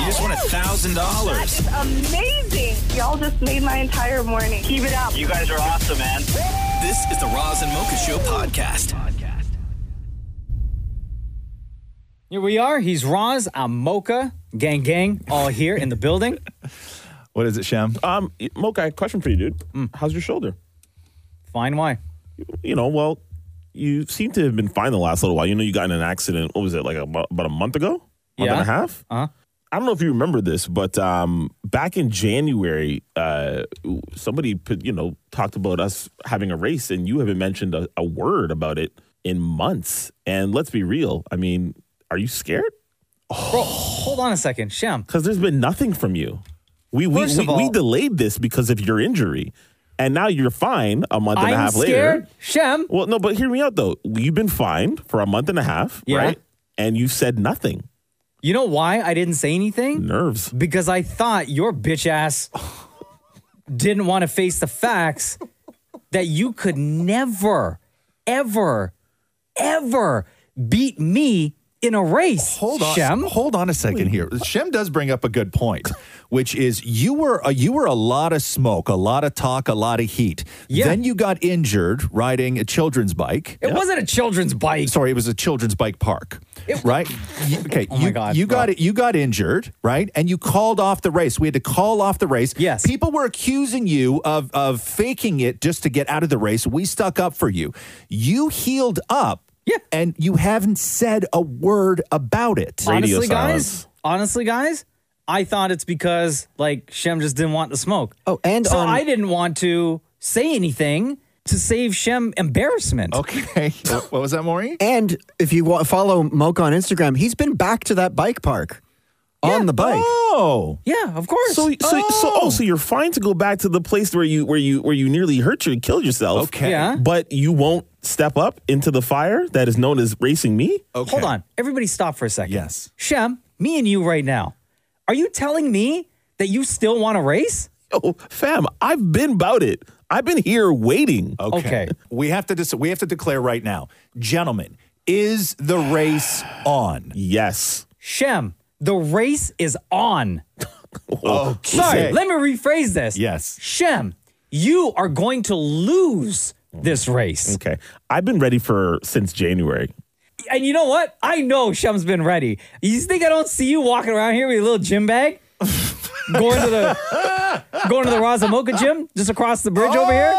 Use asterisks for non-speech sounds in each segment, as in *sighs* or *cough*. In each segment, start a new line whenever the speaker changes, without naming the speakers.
You just won a thousand dollars.
Amazing. Y'all just made my entire morning. Keep it up.
You guys are awesome, man.
This is the Roz and Mocha Show podcast.
Here we are. He's Roz. I'm Mocha. Gang, gang, all here in the building.
What is it, Mm. Shem?
Um, Mocha, question for you, dude. How's your shoulder?
Fine, why?
You know, well, you seem to have been fine the last little while. You know, you got in an accident. What was it like a, mo- about a month ago? Month
Yeah.
and a half.
Uh-huh.
I don't know if you remember this, but um, back in January, uh, somebody put, you know talked about us having a race, and you haven't mentioned a, a word about it in months. And let's be real. I mean, are you scared?
Bro, hold on a second. Shem,
Because there's been nothing from you. We we,
First
we,
of
we
all-
delayed this because of your injury, and now you're fine a month and a
I'm
half
scared.
later.
Shem,
Well, no, but hear me out though. You've been fined for a month and a half,
Yeah.
right? And you said nothing.
you know why I didn't say anything?
Nerves.
Because I thought your bitch ass didn't want to face the facts that you could never, ever, ever beat me in a race.
Hold on.
Shem.
Hold on a second here. Shem does bring up a good point, which is you were a, you were a lot of smoke, a lot of talk, a lot of heat.
Yeah.
Then you got injured riding a children's bike.
It wasn't a children's bike.
Sorry, it was a children's bike park, right?
*laughs*
You- okay,
Oh my
you,
God,
you
bro.
got it. You got injured, right? And you called off the race. We had to call off the race.
Yes.
people were accusing you of of faking it just to get out of the race. We stuck up for you. You healed up.
Yeah.
and you haven't said a word about it.
Radio
honestly, guys,
silence.
honestly, guys, I thought it's because like Shem just didn't want the smoke.
Oh, and
so
on-
I didn't want to say anything to save Shem embarrassment.
Okay. *laughs* what was that, Maury?
And if you wa- follow Mocha on Instagram, he's been back to that bike park on the bike.
Oh.
Yeah, of course.
So so so oh, so you're fine to go back to the place where you where you where you nearly hurt you and killed yourself.
Okay.
Yeah.
But you won't step up into the fire that is known as racing me?
Okay.
Hold on, everybody, stop for a second.
Yes.
Shem, me and you right now. Are you telling me that you still want to race?
Yo, fam, I've been about it. I've been here waiting.
Okay.
We have to dis- we have to declare right now. Gentlemen, is the race on?
Yes.
Shem, the race is on.
Okay.
Sorry, let me rephrase this.
Yes.
Shem, you are going to lose this race.
Okay. I've been ready for since January.
And you know what? I know Shem's been ready. You think I don't see you walking around here with a little gym bag? going to the going to the Razamoka gym just across the bridge over here?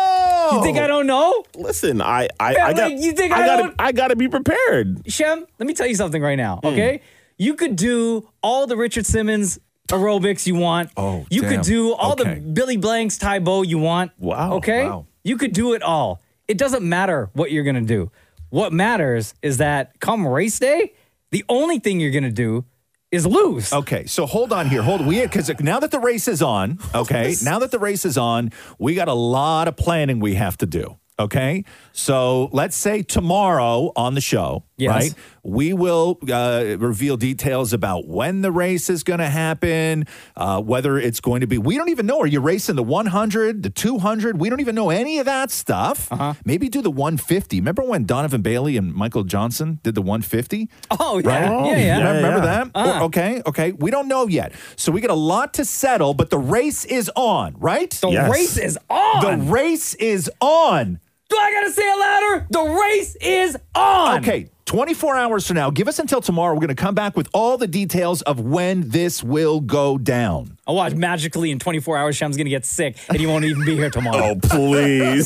You think I don't know?
Listen, I I,
Yeah,
I got
like, you think I
gotta
don't-
I gotta be prepared.
Shem, let me tell you something right
Hmm.
now, okay? You could do all the Richard Simmons aerobics you want.
Oh,
you
damn.
could do all
Okay.
the Billy Blanks Tai Bo you want.
Wow,
Okay?
wow.
You could do it all. It doesn't matter what you're gonna do. What matters is that come race day, the only thing you're gonna do is lose.
Okay, so hold on here. Hold we because now that the race is on, okay, now that the race is on, we got a lot of planning we have to do. Okay, so let's say tomorrow on the show,
Yes.
right? We will uh, reveal details about when the race is going to happen, uh, whether it's going to be. We don't even know. Are you racing the 100, the 200? We don't even know any of that stuff.
Uh-huh.
Maybe do the 150. Remember when Donovan Bailey and Michael Johnson did the 150?
Oh
Right?
yeah, yeah, yeah.
Remember, remember
yeah.
that?
Uh-huh.
Or- okay, okay. We don't know yet. So we got a lot to settle, but the race is on, right?
The
Yes.
race is on.
The race is on.
Do I gotta say it louder? The race is on.
Okay, 24 hours from now, give us until tomorrow. We're going to come back with all the details of when this will go down.
I watch magically in 24 hours. Shem's gonna get sick, and he won't even be here
*laughs* Oh,
tomorrow.
Please.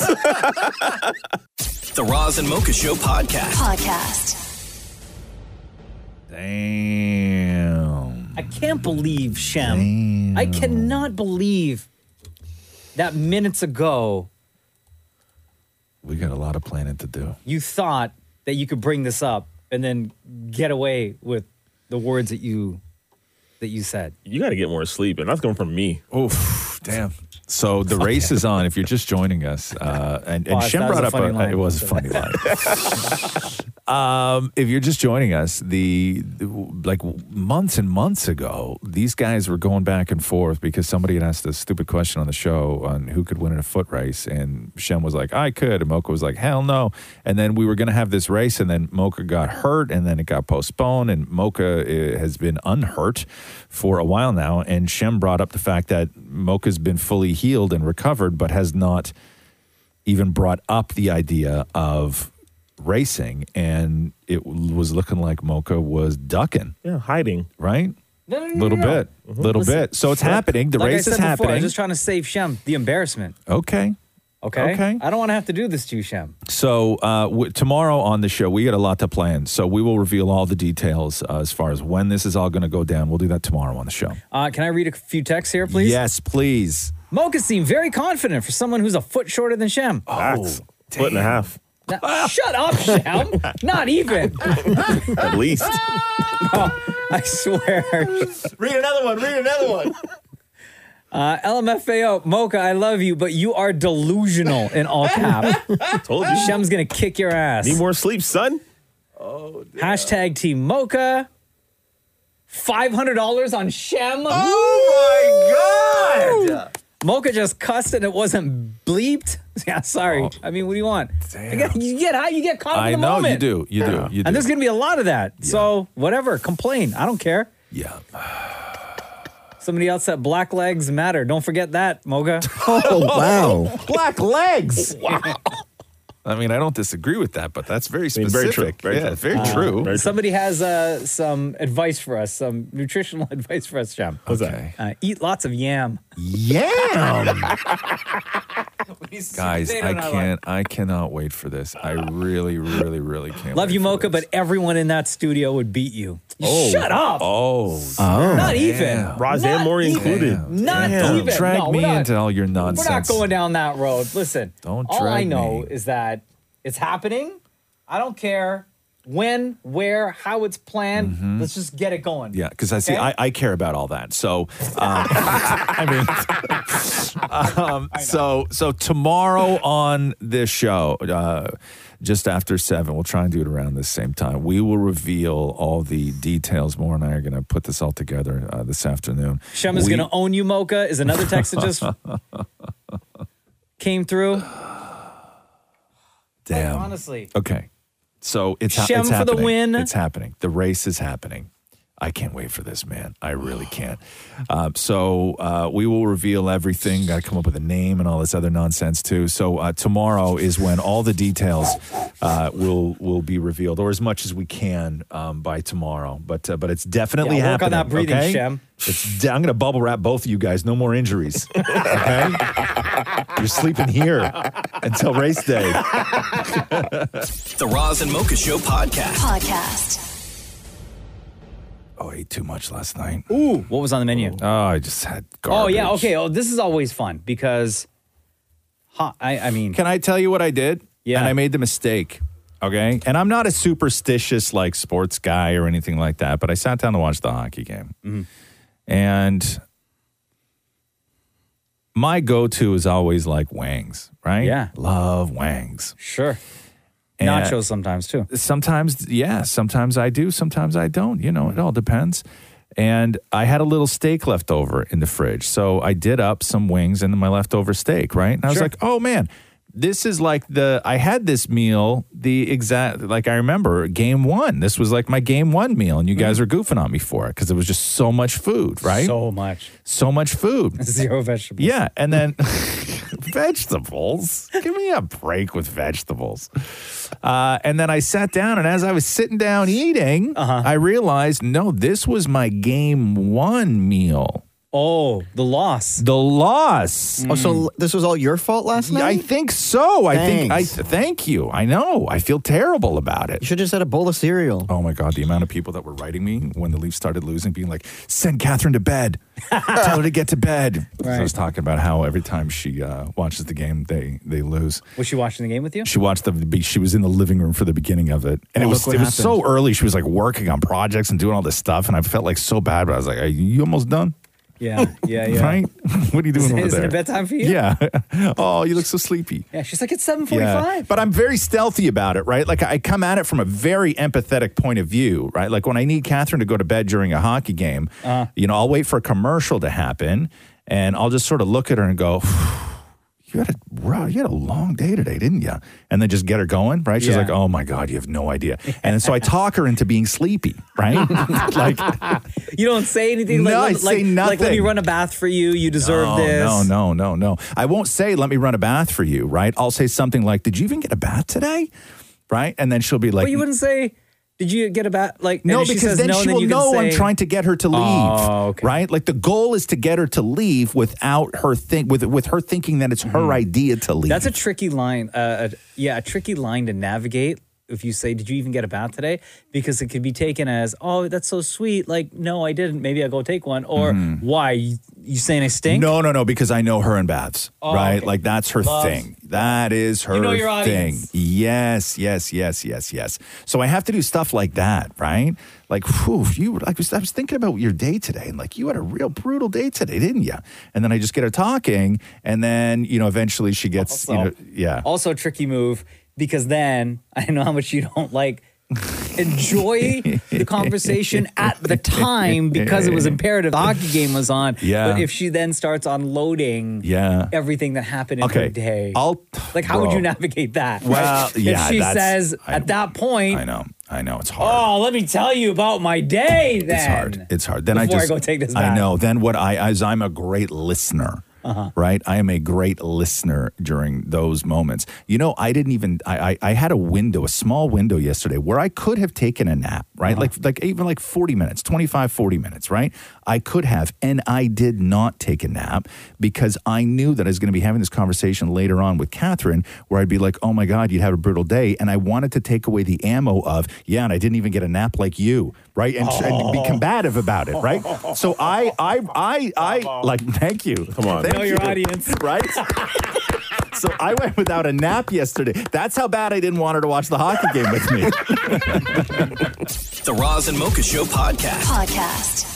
The Roz and Mocha Show podcast.
Podcast.
Damn.
I can't believe Shem. I cannot believe that minutes ago
We got a lot of planning to do.
you thought that you could bring this up and then get away with the words that you that you said.
You got to get more sleep, and that's coming from me.
Oof, damn. So the race is on. If you're just joining us, uh, and, and
Boss,
Shem
that was
brought
a
up
funny
a,
line.
it was a funny line.
*laughs*
um, if you're just joining us, the the- like months and months ago, these guys were going back and forth because somebody had asked a stupid question on the show on who could win in a foot race, and Shem was like, "I could," and Mocha was like, "Hell no!" And then we were going to have this race, and then Mocha got hurt, and then it got postponed, and Mocha uh, has been unhurt for a while now, and Shem brought up the fact that Mocha's been fully healed and recovered, but has not even brought up the idea of racing and it was looking like mocha was ducking
Yeah, hiding.
right
No, no, no,
little
no, no.
bit little
Listen,
bit so it's happening the
like
race
I said
is
before, I
happening
was just trying to save Shem the embarrassment.
okay
Okay.
Okay.
I don't want to have to do this to you, Shem.
So uh, w- tomorrow on the show, we got a lot to plan. So we will reveal all the details uh, as far as when this is all going to go down. We'll do that tomorrow on the show.
Uh, can I read a few texts here, please?
Yes, please.
Mocha seemed very confident for someone who's a foot shorter than Shem.
Facts. Foot and a half,
*laughs*
Now- shut up, Shem. Not even.
at least.
I swear.
*laughs* Read another one. Read another one.
Uh, LMFAO, Mocha, I love you, but you are delusional in
*laughs*
all cap.
*laughs* Told you.
Shem's gonna kick your ass.
Need more sleep, son.
Hashtag Team Mocha. Five hundred dollars on Shem.
Oh my God.
Mocha just cussed and it wasn't bleeped. *laughs* Yeah, sorry. I mean, what do you want? I get- You get how you get caught up
Oh. I
in the
know
moment.
you do. You do. You do.
And there's gonna be a lot of that. So whatever, complain. I don't care.
yeah.
Somebody else said black legs matter. Don't forget that,
*laughs*
Mocha.
Oh, wow.
Black legs. wow. I mean, I don't disagree with that, but that's
I
very
mean,
specific.
very true. Very
yeah,
true. Uh-huh.
very true.
Very true.
Somebody has uh, some advice for us, some nutritional *laughs* advice for us, Shem.
What's
Okay.
Uh, eat lots of yam.
*laughs*
Yam. Guys, I can't. I cannot wait for this. I really, really, really can't.
Love
wait
you,
for
Mocha,
this.
but everyone in that studio would beat you. Shut up.
Oh,
not even.
Roz and
Not
Maury
even.
included.
Not
Damn.
even.
drag
No, we're
me
not-
into all your
We're
nonsense.
not going down that road. Listen,
Don't
all I
drag
know
me.
is that it's happening. I don't care when, where, how it's planned. Let's just get it going.
Mm-hmm. Yeah, because I see,
Okay?
I, I care about all that. So, um, *laughs* I mean, um, so so tomorrow on this show, uh, just after seven, we'll try and do it around the same time. We will reveal all the details. More and I are going to put this all together uh, this afternoon.
Shem is
We-
going to own you, Mocha, is another text that
*laughs*
just came through.
damn.
Honestly.
Okay, so it's ha-
Shem
it's
for the
happening.
win.
It's happening. The race is happening. I can't wait for this, man.
*sighs*
I really can't. Uh, so uh, we will reveal everything. Got to come up with a name and all this other nonsense too. So uh, tomorrow is when all the details uh, will will be revealed, or as much as we can um, by tomorrow. But uh, but it's definitely
Yeah, work on
happening.
that breathing,
okay?
Shem.
It's de- I'm going to bubble wrap both of you guys. No more
*laughs*
injuries. Okay, you're sleeping here until race day.
The Roz and Mocha Show podcast.
Podcast.
Oh, I ate too much last night.
Ooh, what was on the menu?
Oh, I just had
Oh,
garbage.
yeah. Okay. Oh, this is always fun because, huh, I, I mean,
Can I tell you what I did?
Yeah.
And I made the mistake. Okay. And I'm not a superstitious like sports guy or anything like that, but I sat down to watch the hockey game.
Mm-hmm.
And my go to is always like Wangs, right?
Yeah.
Love Wangs.
sure.
And-
Nachos sometimes too.
sometimes yeah sometimes i do sometimes i don't you know it all depends and i had a little steak left over in the fridge so i did up some wings and my leftover steak right and i was
Sure.
like oh man this is like the i had this meal the exact like i remember game one this was like my game one meal and you guys were goofing on me for it because it was just so much food
Mm-hmm.
right
So much. *laughs*
so much food
Zero vegetables.
yeah, and then
*laughs*
vegetables. Give me a break with vegetables. Uh, and then I sat down, and as I was sitting
Uh-huh.
down eating, I realized no, this was my game one meal.
Oh, the loss.
The loss.
Oh, so l- this was all your fault last night?
I think so. I think I
Thanks.
thank you. I know. I feel terrible about it.
you should just had a bowl of cereal.
Oh my God, the amount of people that were writing me when the Leafs started losing, being like, send Catherine to
*laughs*
bed. Tell her to get to bed. 'Cause I was talking about how every time she uh, watches the game, they, they lose.
Was she watching the game with you?
She watched the, she was in the living room for the beginning of it. And
Oh,
it was,
look what
it was
happened.
so early. She was like working on projects and doing all this stuff. And I felt like so bad, but I was like, are you almost done?
Yeah, yeah, yeah.
Right? *laughs* what are you
*laughs*
doing
Isn't,
over
isn't
there?
it bedtime for you?
Yeah. *laughs* oh, you look so sleepy.
Yeah, she's like, it's 7.45.
But I'm very stealthy about it, right? Like I come at it from a very empathetic point of view, right? Like when I need Catherine to go to bed during a hockey game,
Uh-huh.
you know, I'll wait for a commercial to happen and I'll just sort of look at her and go, You had a wow, you had a long day today, didn't you? And then just get her going, right? She's
Yeah.
like, "Oh my god, you have no idea." And so I talk her into being sleepy,
*laughs*
right? like,
You don't say anything.
No,
like,
I
let-
say
like, Like, let me
nothing.
run a bath for you. You deserve
no,
this.
oh, no, no, no, no. I won't say, "Let me run a bath for you," right? I'll say something like, "Did you even get a bath today?" Right? And then she'll be like,
But you wouldn't say, did you get a bath? Like,
No,
and if she
because
says
then
no,
she
then
will
you can
know I'm
say-
trying to get her to leave.
Oh, okay.
Right? Like the goal is to get her to leave without her think with with her thinking that it's her idea to leave.
Mm-hmm. That's a tricky line. Uh, a- yeah, a tricky line to navigate. If you say, "Did you even get a bath today?" Because it could be taken as, "Oh, that's so sweet." Like, no, I didn't. Maybe I'll go take one. Or why you, you saying I stink?
Mm-hmm. no, no, no, because I know her in baths, right?
Oh, okay.
Like that's her
Loves.
thing. That is her
know your
thing.
audience.
Yes, yes, yes, yes, yes. So I have to do stuff like that, right? Like, whew, you like I was, I was thinking about your day today, and like you had a real brutal day today, didn't you? And then I just get her talking, and then you know, eventually she gets, you know,
Also-
yeah.
Also, a tricky move because then I know how much you don't like. Enjoy the conversation at the time because it was imperative. The hockey game was on.
Yeah.
But if she then starts unloading
Yeah.
everything that happened in
Okay,
her day,
I'll-
like how would
bro.
you navigate that?
Well,
If
yeah,
she
that's-
says
I-
at that point,
I know, I know, it's hard.
Oh, let me tell you about my day then.
It's hard. It's hard. Then
Before
I
I
just
go take this
I
bath.
know. Then what I as I'm a great listener.
Uh-huh.
Right, I am a great listener during those moments. You know, I didn't even I, I I had a window, a small window yesterday where I could have taken a nap,
Uh-huh.
right? Like like even like 40 minutes, 25 40 minutes, right? I could have and I did not take a nap because I knew that I was going to be having this conversation later on with Catherine where I'd be like, "Oh my god, you'd have a brutal day." And I wanted to take away the ammo of, "Yeah, and I didn't even get a nap like you." Right? And, and be combative about it, right? So I I I I like thank you. Come
on.
Thank
Know your
you.
audience.
Right? So I went without a nap yesterday. That's how bad I didn't want her to watch the hockey game with me.
The Roz and Mocha Show podcast.
Podcast.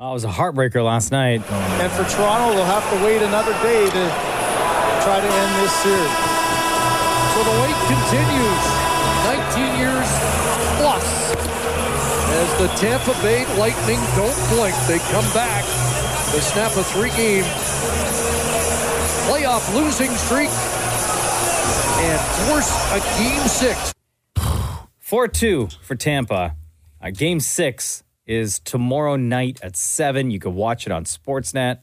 Oh, it was a heartbreaker last night.
And for Toronto, they'll have to wait another day to try to end this series. So the wait continues. 19 years plus. As the Tampa Bay Lightning don't blink, they come back. They snap a three-game playoff losing streak and force a game six.
4 2 for Tampa. Uh, game six is tomorrow night at 7. You can watch it on Sportsnet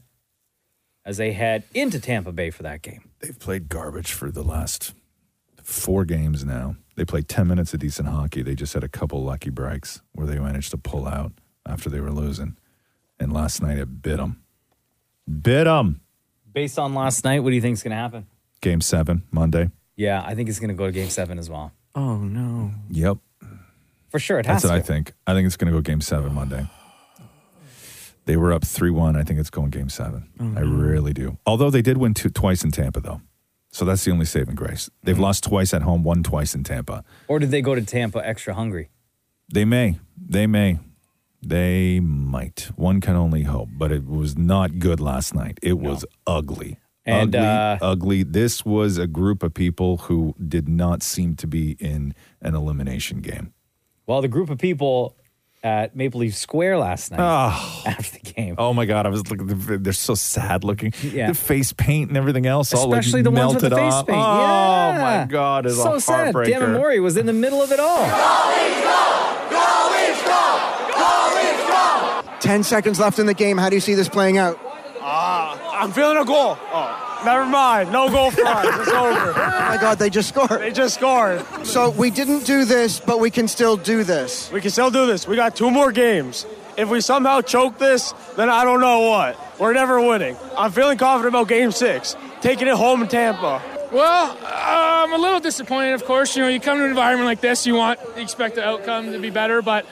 as they head into Tampa Bay for that game.
They've played garbage for the last four games now. They played 10 minutes of decent hockey. They just had a couple lucky breaks where they managed to pull out after they were losing. And last night it bit them. Bit them.
Based on last night, what do you think is going to happen?
Game seven, Monday.
Yeah, I think it's going to go to game seven as well.
Oh, no.
Yep.
For sure, it has
That's what
to.
I think. I think it's going to go game seven Monday. They were up 3 1. I think it's going game seven. I really do. Although they did win two, twice in Tampa, though. So that's the only saving grace. They've lost twice at home, won twice in Tampa.
Or did they go to Tampa extra hungry?
They may. They may. They might. One can only hope. But it was not good last night. It was ugly.
And,
ugly,
uh,
ugly. This was a group of people who did not seem to be in an elimination game.
Well, the group of people at Maple Leaf Square last night *laughs* after the game.
Oh my God! I was looking. They're so sad looking.
Yeah.
The face paint and everything else, all like
Especially the ones with
melted
the face
off.
paint.
Oh
yeah.
my God! It's
so
a
sad.
heartbreaker.
Dan Mori was in the middle of it all.
10 seconds left in the game. How do you see this playing out? Oh
I'm feeling a goal. Oh, never mind. No goal for us. It's *laughs* over.
Oh my God, they just scored.
They just scored.
So we didn't do this, but we can still do this.
We can still do this. We got two more games. If we somehow choke this, then I don't know what. We're never winning. I'm feeling confident about game six, taking it home in Tampa.
Well, I'm a little disappointed, of course. You know, you come to an environment like this, you want, you expect the outcome to be better, but,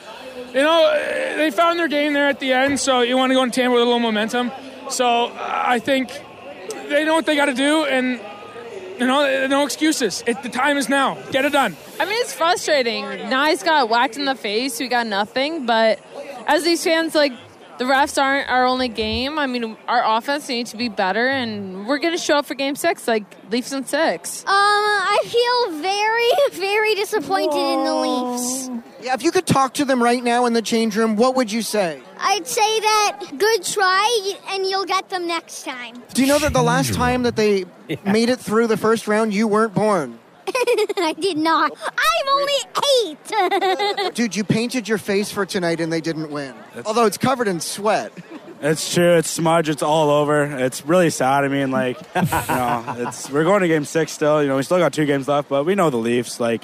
you know, they found their game there at the end, so you want to go in Tampa with a little momentum. So I think they know what they got to do, and, you know, no excuses. It, the time is now. Get it done.
I mean, it's frustrating. Nice got whacked in the face. We got nothing. But as these fans, like, the refs aren't our only game. I mean, our offense needs to be better, and we're going to show up for game six, like Leafs in six.
Um, I feel very, very disappointed Whoa. in the Leafs.
Yeah, if you could talk to them right now in the change room, what would you say?
I'd say that good try, and you'll get them next time.
Do you know that the last time that they yeah. made it through the first round, you weren't born?
I did not. *laughs* I'm
only eight. Dude, you painted your face for tonight and they didn't win. That's Although it's covered in sweat.
It's true. It's smudge. It's all over. It's really sad. I mean, like, *laughs* you know, it's we're going to game six still. You know, we still got two games left, but we know the Leafs. Like,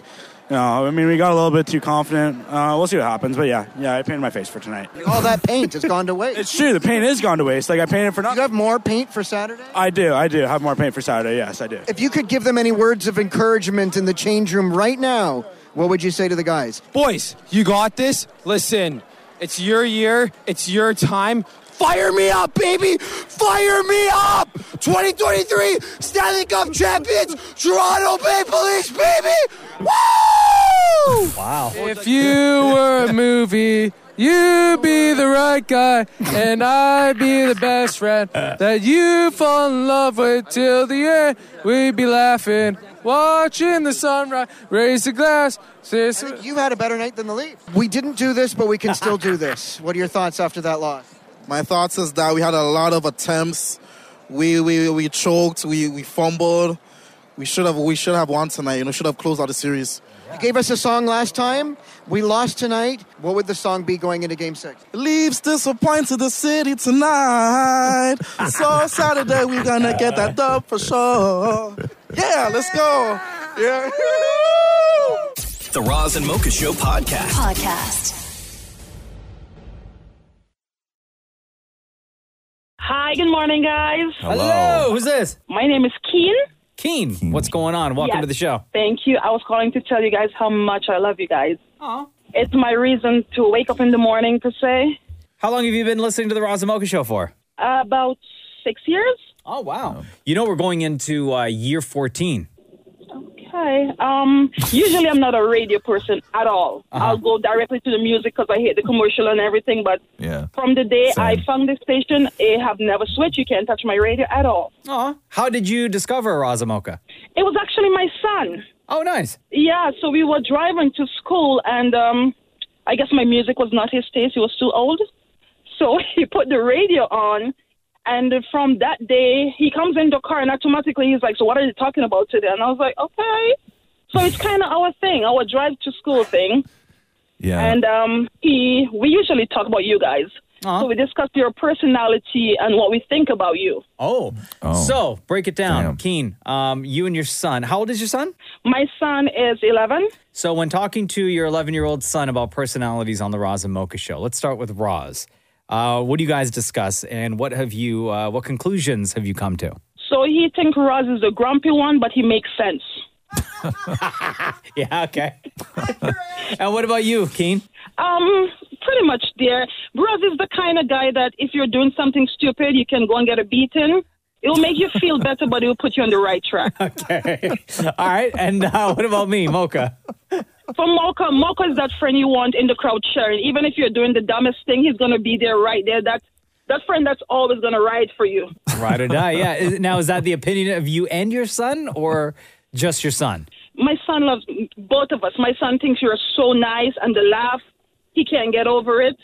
you know, I mean, we got a little bit too confident. Uh, we'll see what happens. But yeah, yeah, I painted my face for tonight.
*laughs* All that paint has gone to waste.
It's true. The paint is gone to waste. Like I painted for nothing.
You have more paint for Saturday.
I do. I do have more paint for Saturday. Yes, I do.
If you could give them any words of encouragement in the change room right now, what would you say to the guys?
Boys, you got this. Listen, it's your year. It's your time. Fire me up, baby! Fire me up! 2023 Stanley Cup champions, Toronto Maple Leafs, baby! Woo!
Wow.
If you were a movie, you be the right guy, and I be the best friend that you fall in love with till the end. We be laughing, watching the sunrise, raise a glass. Sis-
you had a better night than the Leafs. We didn't do this, but we can still do this. What are your thoughts after that loss?
My thoughts is that we had a lot of attempts. We we, we choked. We, we fumbled. We should have we should have won tonight. You know, should have closed out the series.
You gave us a song last time. We lost tonight. What would the song be going into Game Six?
Leaves disappointed the city tonight. so Saturday we're gonna get that dub for sure. Yeah, let's go. Yeah.
the Roz and Mocha Show podcast.
Podcast.
Hi, good morning, guys.
Hello. Hello. Who's this?
My name is Keen.
Keen, what's going on? Welcome
Yes.
to the show.
Thank you. I was calling to tell you guys how much I love you guys.
Aw.
It's my reason to wake up in the morning, per se.
How long have you been listening to the Roz and Mocha show for?
uh, about six years.
Oh, wow.
Um,
You know, we're going into uh, year 14.
Okay. Um, usually, I'm not a radio person at all.
Uh-huh.
I'll go directly to the music because I hate the commercial and everything. But
Yeah.
from the day I found this station, I have never switched. You can't touch my radio at all.
Aw. How did you discover Roz and Mocha?
It was actually my son.
Oh, nice.
Yeah, so we were driving to school, and um, I guess my music was not his taste. He was too old. So *laughs* he put the radio on, and from that day, he comes in the car, and automatically he's like, So what are you talking about today? And I was like, Okay. So it's kind of our thing, our drive to school thing.
Yeah.
And um, he, we usually talk about you guys. So we discuss your personality and what we think about you.
Oh. So, break it down. Keen, um, you and your son. How old is your son?
My son is 11.
So, when talking to your 11 year old son about personalities on the Roz and Mocha show, let's start with Roz. Uh, what do you guys discuss, and what have you? Uh, what conclusions have you come to? *laughs*
So he thinks Roz is a grumpy one, but he makes sense.
Yeah, okay. *laughs* and what about you, Keen?
Um, pretty much there. Bros is the kind of guy that if you're doing something stupid, you can go and get a beating. It will make you feel better, but it will put you on the right track.
Okay. All right. And uh, *laughs* what about me, Mocha?
For Mocha, Mocha is that friend you want in the crowd sharing. Even if you're doing the dumbest thing, he's gonna be there right there. That that friend that's always gonna ride for you.
Ride or die. Yeah. Is- Now, is that the opinion of you and your son, or just your son?
My son loves both of us. My son thinks you're so nice, and the laugh he can't get over it.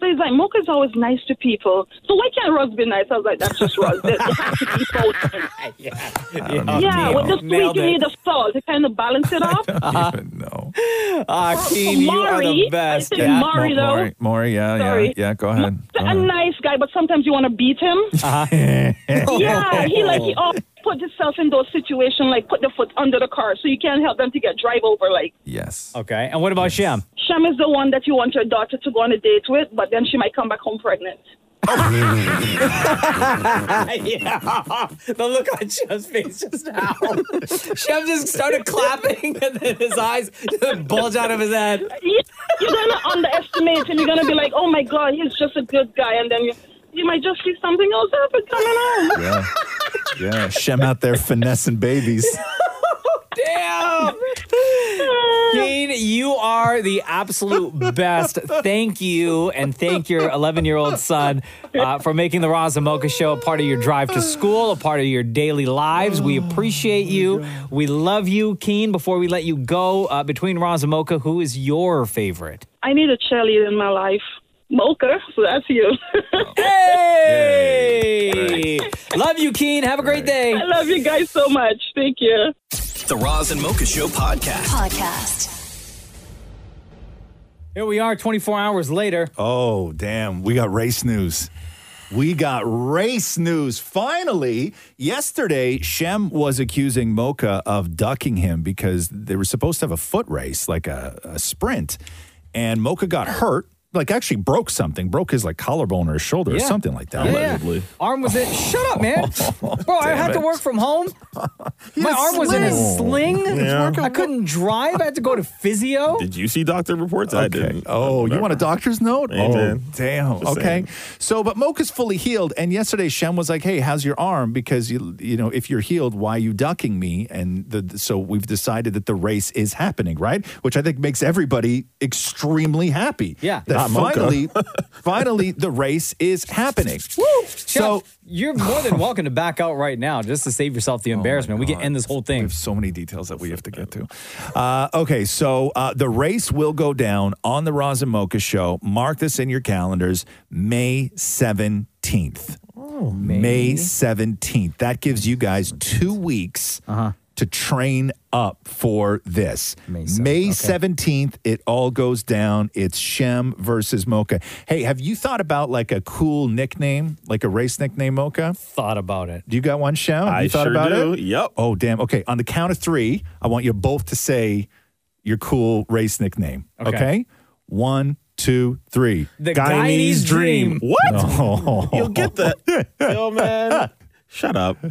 So he's like, Mocha's always nice to people. So why can't Roz be nice? I was like, that's just Roz. There, there has to be salt.
yeah,
yeah with the sweet,
Uh, Nailed
you
it.
need the salt to kind of balance
*laughs*
it off.
Ah,
Oh,
Keen, you are the
Maury.
best.
I said
Yeah. Uh-huh.
Maury, though.
Maury, Maury, yeah, yeah,
Sorry.
yeah. Go ahead. Go
a
ahead.
nice guy, but sometimes you want to beat him. yeah, he like
Oh.
he always put himself in those situations, like put the foot under the car, so you can't help them to get drive over. Like
Yes.
Okay. And what about Shem?
Shem is the one that you want your daughter to go on a date with, but then she might come back home pregnant.
yeah. *laughs* The look on Shem's face just now. Shem just started clapping and then his eyes *laughs* just bulge out of his head.
You- You're gonna underestimate him. You're gonna be like, "Oh my God, he's just a good guy," and then you, you might just see something else happen coming on.
Yeah. Yeah. *laughs* Shem out there finessing babies.
Damn! Kane, you are the absolute best. Thank you, and thank your 11 year old son uh, for making the Roz and Mocha Show a part of your drive to school, a part of your daily lives. We appreciate you. We love you, Keen. Before we let you go, uh, between Roz and Mocha, who is your favorite?
I need a cheerleader in my life, Mocha. So that's you. *laughs*
hey! Love you, Keen. Have a great day.
I love you guys so much. Thank you.
The Roz and Mocha Show podcast.
Podcast.
Here we are, 24 hours later.
*laughs* Oh, damn. We got race news. We got race news. Finally, yesterday, Shem was accusing Mocha of ducking him because they were supposed to have a foot race, like a, a sprint. And Mocha got hurt, like actually broke something, broke his like collarbone or his shoulder or
Yeah.
something like that.
Yeah, yeah. Arm was in. Shut up, *laughs* man. Bro, I
Damn
had to
it.
work from home. My arm was in a sling. I couldn't drive. I had to go to physio.
Did you see doctor reports? I didn't.
Oh, you want a doctor's note?
Hey,
oh,
man.
damn.
Just
okay.
saying.
So, but Mocha's fully healed, and yesterday Shem was like, "Hey, how's your arm? Because you, you know, if you're healed, why are you ducking me?" And the, so we've decided that the race is happening, right? Which I think makes everybody extremely happy.
Yeah.
that
Not Mocha.
*laughs*
finally, finally, the race is happening.
So you're more than welcome to back out right now just to save yourself the embarrassment. we can end this whole thing. We have
so many details that we have to get to. Uh, okay, so uh, the race will go down on the Roz and Mocha show. Mark this in your calendars, May 17th. Oh, May. 17th. That gives you guys two weeks to train up for this. May, 17th, it all goes down. It's Shem versus Mocha. Hey, have you thought about like a cool nickname, like a race nickname, Mocha?
Thought about it.
Do you got one, Shem? Have
I
you thought
sure
about
do.
it? Yep. Oh, damn. Okay. On the count of three, I want you both to say your cool race nickname.
Okay.
Okay. One, two, three.
The Guyanese Guyanese dream. dream.
What? You'll
get the. Yo, man.
Shut *laughs* up. *laughs*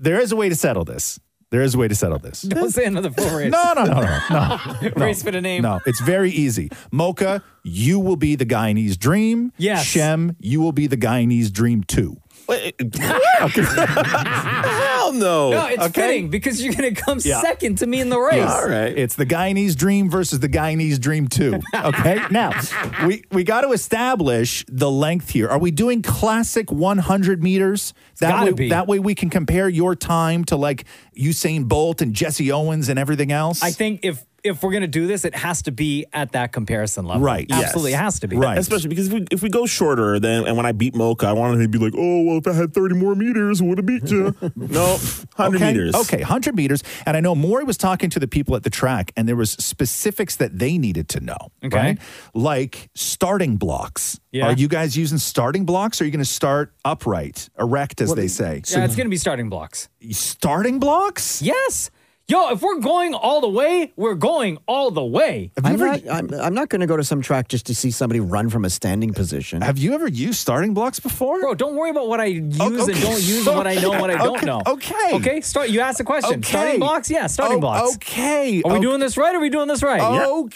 There is a way to settle this. There is a way to settle this.
Don't say another *laughs* four race.
No, no, no, no, no. no.
Race for the name.
No, it's very easy. Mocha, you will be the Guyanese dream.
Yes.
Shem, you will be the Guyanese dream too. Okay.
*laughs* Hell no.
No, it's
Okay.
fitting because you're going to come
Yeah.
second to me in the race.
Yes. It's the Guyanese dream versus the Guyanese
*laughs*
dream two. Okay. now we we got to establish the length here. Are we doing classic 100 meters? That
gotta
way,
be.
that way we can compare your time to like Usain Bolt and Jesse Owens and everything else.
I think if if we're going to do this, it has to be at that comparison level.
Right.
Absolutely.
yes.
It has to be.
Especially because if we, if we go shorter, then and when I beat Mocha, I want him to be like, oh, well, if I had 30 more meters, I would have beat *laughs* you. no, 100
okay?
meters.
Okay, 100 meters. And I know Maury was talking to the people at the track, and there was specifics that they needed to know.
Okay.
right? Like starting blocks.
Yeah.
Are you guys using starting blocks? Or are you going to start upright, erect, as they say?
yeah, it's going to be starting blocks.
Starting blocks?
Yes. Yo, if we're going all the way, we're going all the way.
I'm, not, I'm, I'm not going to go to some track just to see somebody run from a standing position.
Have you ever used starting blocks before?
Bro, don't worry about what I use and
okay.
don't use and what I know and what I don't
Okay,
know.
okay.
Okay, start. You asked the question.
Okay.
Starting blocks? Yeah, starting
Oh,
blocks.
Okay.
Are we
okay. Oh.
doing this right? Are we doing this right?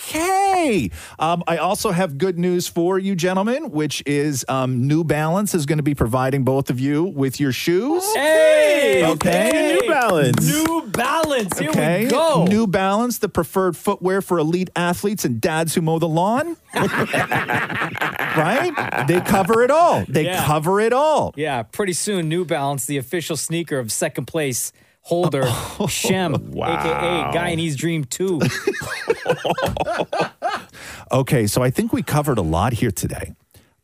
Okay. Um, I also have good news for you, gentlemen, which is um, New Balance is going to be providing both of you with your shoes.
Hey!
Okay.
Hey!
New Balance.
New Balance. Here we go.
New Balance, the preferred footwear for elite athletes and dads who mow the lawn. *laughs* right? They cover it all. They
Yeah.
cover it all.
yeah, pretty soon, New Balance, the official sneaker of second place holder Shem, aka Guyanese Dream 2.
Okay, so I think we covered a lot here today.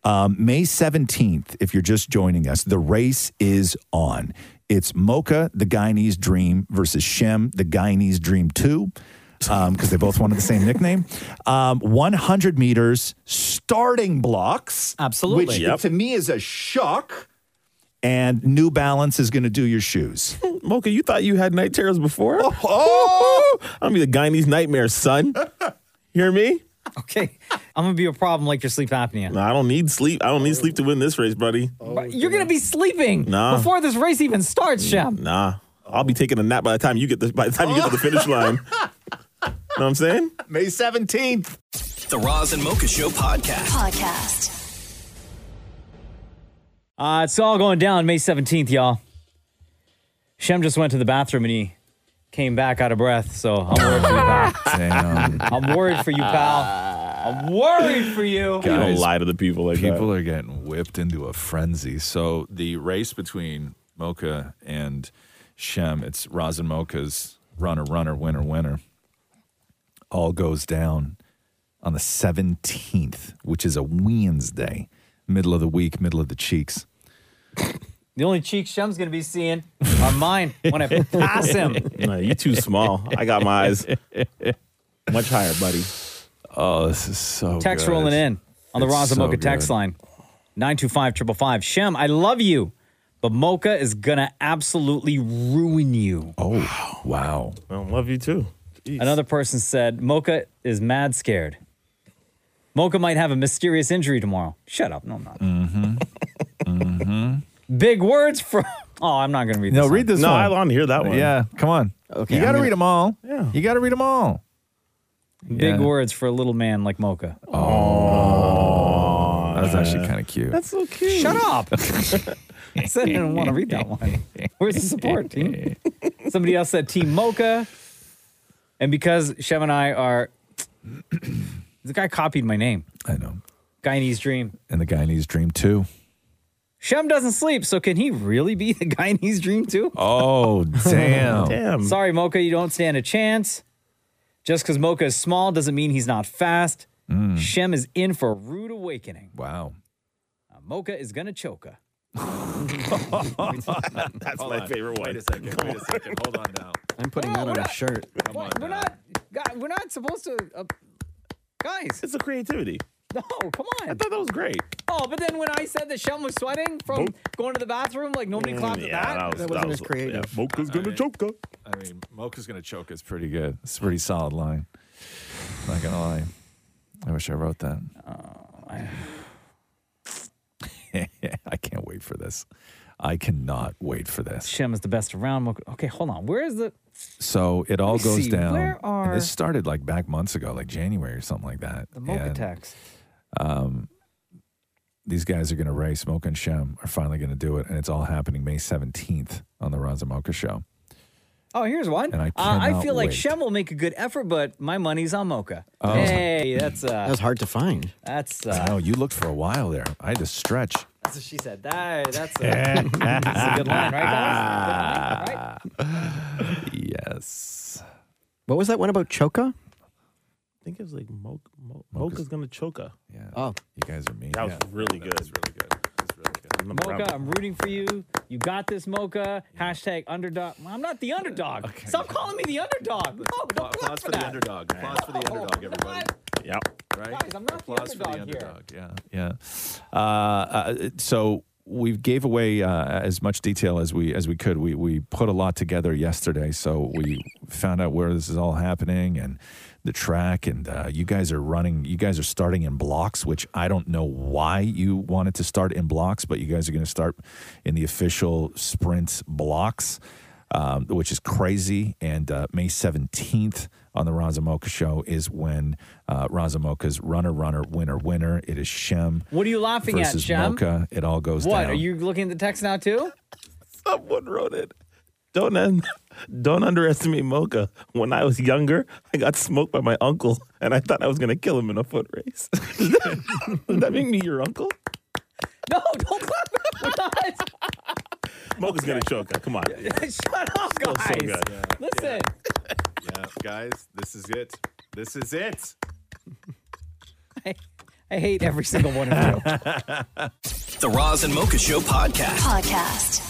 Um, May 17th, if you're just joining us, the race is on. It's Mocha, the Guyanese Dream, versus Shem, the Guyanese Dream 2, because they both wanted the same nickname. Um, 100 meters, starting blocks.
Absolutely.
Which
Yep.
to me is a shock. And New Balance is going to do your shoes. *laughs*
Mocha, you thought you had night oh! *laughs* terrors before? Oh, I'm gonna be the Guyanese nightmare, son. Hear me?
Okay. *laughs* I'm going to be a problem like your sleep apnea.
No, I don't need sleep. I don't need sleep to win this race, buddy.
You're going to be sleeping
Nah.
before this race even starts, Shep.
Nah, I'll be taking a nap by the time you get the by the time you get to the finish line. *laughs* know what I'm saying?
May 17th.
The Roz and Mocha Show podcast.
Podcast.
Uh, it's all going down May 17th, y'all. Shem just went to the bathroom and he came back out of breath. So I'm worried for you, pal. I'm worried for you, pal. I'm worried for you.
to the people like
people are getting whipped into a frenzy. So the race between Mocha and Shem, it's Roz and Mocha's runner, runner, winner, winner, all goes down on the 17th, which is a Wednesday, middle of the week, middle of the cheeks.
The only cheek Shem's going to be seeing are mine when I pass him.
Nah, you too small. I got my *laughs* eyes much higher, buddy.
Oh, this is so
text rolling in on the
It's
Roz and
so
Mocha text
good.
line 925 555. Shem, I love you, but Mocha is going to absolutely ruin you.
Oh, wow.
I love you too.
Another person said, Mocha is mad scared. Mocha might have a mysterious injury tomorrow. Shut up. No, I'm not.
Mm-hmm.
*laughs* Big words from. Oh, I'm not going to read
No,
this.
read this one.
want to hear that one.
Yeah, come on.
Okay,
you got
I'm
to
gonna-
read them all. Yeah. You got to read them all.
Big
Yeah.
words for a little man like Mocha.
That was actually kind of cute.
That's so cute. Shut up. I said I didn't want to read that one. Where's the support team? Somebody else said Team Mocha. And because Shem and I are, the guy copied my name.
I know.
Guyanese Dream.
And the Guyanese dream too.
Shem doesn't sleep, so can he really be the *laughs* Guyanese Dream too?
*laughs* Oh, damn.
Sorry, Mocha, you don't stand a chance. Just because Mocha is small doesn't mean he's not fast. Shem is in for a rude awakening.
Wow.
Mocha is going to choke her.
That's
Hold
my
on.
favorite one.
Wait a second. Wait a second. Hold on now.
I'm putting that on a shirt.
We're not, God, we're not supposed to, uh, guys.
It's the creativity.
No, come on. I
thought that was great.
Oh, but then when I said that Shem was sweating from going to the bathroom, like nobody clapped at Mm, that.
Mocha's gonna choke us.
I mean, Mocha's gonna choke us pretty good. It's a pretty solid line. Not gonna lie. I wish I wrote *laughs* that. I can't wait for this. I cannot wait for this.
Shem is the best around. Mocha. Okay, hold on. Where is the?
So it all
Let me
goes
see,
down.
where
and
are-
this started like back months ago, like January or something like that. The
Mocha text.
Um, these guys are going to race. Mocha and Shem are finally going to do it, and it's all happening May seventeenth on the Raza Mocha Show.
Oh, here's one.
And I
I
cannot
feel like
wait.
Shem will make a good effort, but my money's on Mocha.
Oh.
Hey, that's uh,
That was hard to find.
that's
I
uh,
know you looked for a while there. I had to stretch.
that's what she said. Hey, that's, uh, that's a good line, right, guys? Good line, right?
yes.
What was that one about Choka?
I think it was like Mo- Mo- Mocha's gonna choke us.
Yeah.
Oh.
You guys are mean.
That was really good.
really good.
Mocha, I'm rooting for you. You got this, Mocha. Hashtag underdog. I'm not the underdog. Stop calling me the underdog. No, don't clap
Applause
for
for the
that. Oh,
underdog. Applause for the underdog, everybody.
Yep.
Right?
Guys, I'm not the
Applause for the
underdog here.
underdog. Yeah. Yeah. Uh, uh, so we gave away uh, as much detail as we as we could. We we put a lot together yesterday, so we found out where this is all happening and the track. And uh, you guys are running. You guys are starting in blocks, which I don't know why you wanted to start in blocks, but you guys are going to start in the official sprint blocks. Um, which is crazy. And uh, May 17th on the Razamoka show is when uh, Razamoka's runner, runner, winner, winner. It is Shem
What are you laughing at,
versus
Shem?
Mocha. It all goes
What
down.
are you looking at the text now too?
Someone wrote it. Don't un- *laughs* don't underestimate Mocha. When I was younger, I got smoked by my uncle, and I thought I was gonna kill him in a foot race. *laughs* Does that, does that make me your uncle?
No, *laughs* don't clap.
Mocha's gonna choke. us. Come on,
*laughs* Shut up,
Still
guys.
so good. Yeah,
Listen,
yeah, guys, this is it. This is it.
I hate every single one of you.
The Roz and Mocha Show podcast.
Podcast.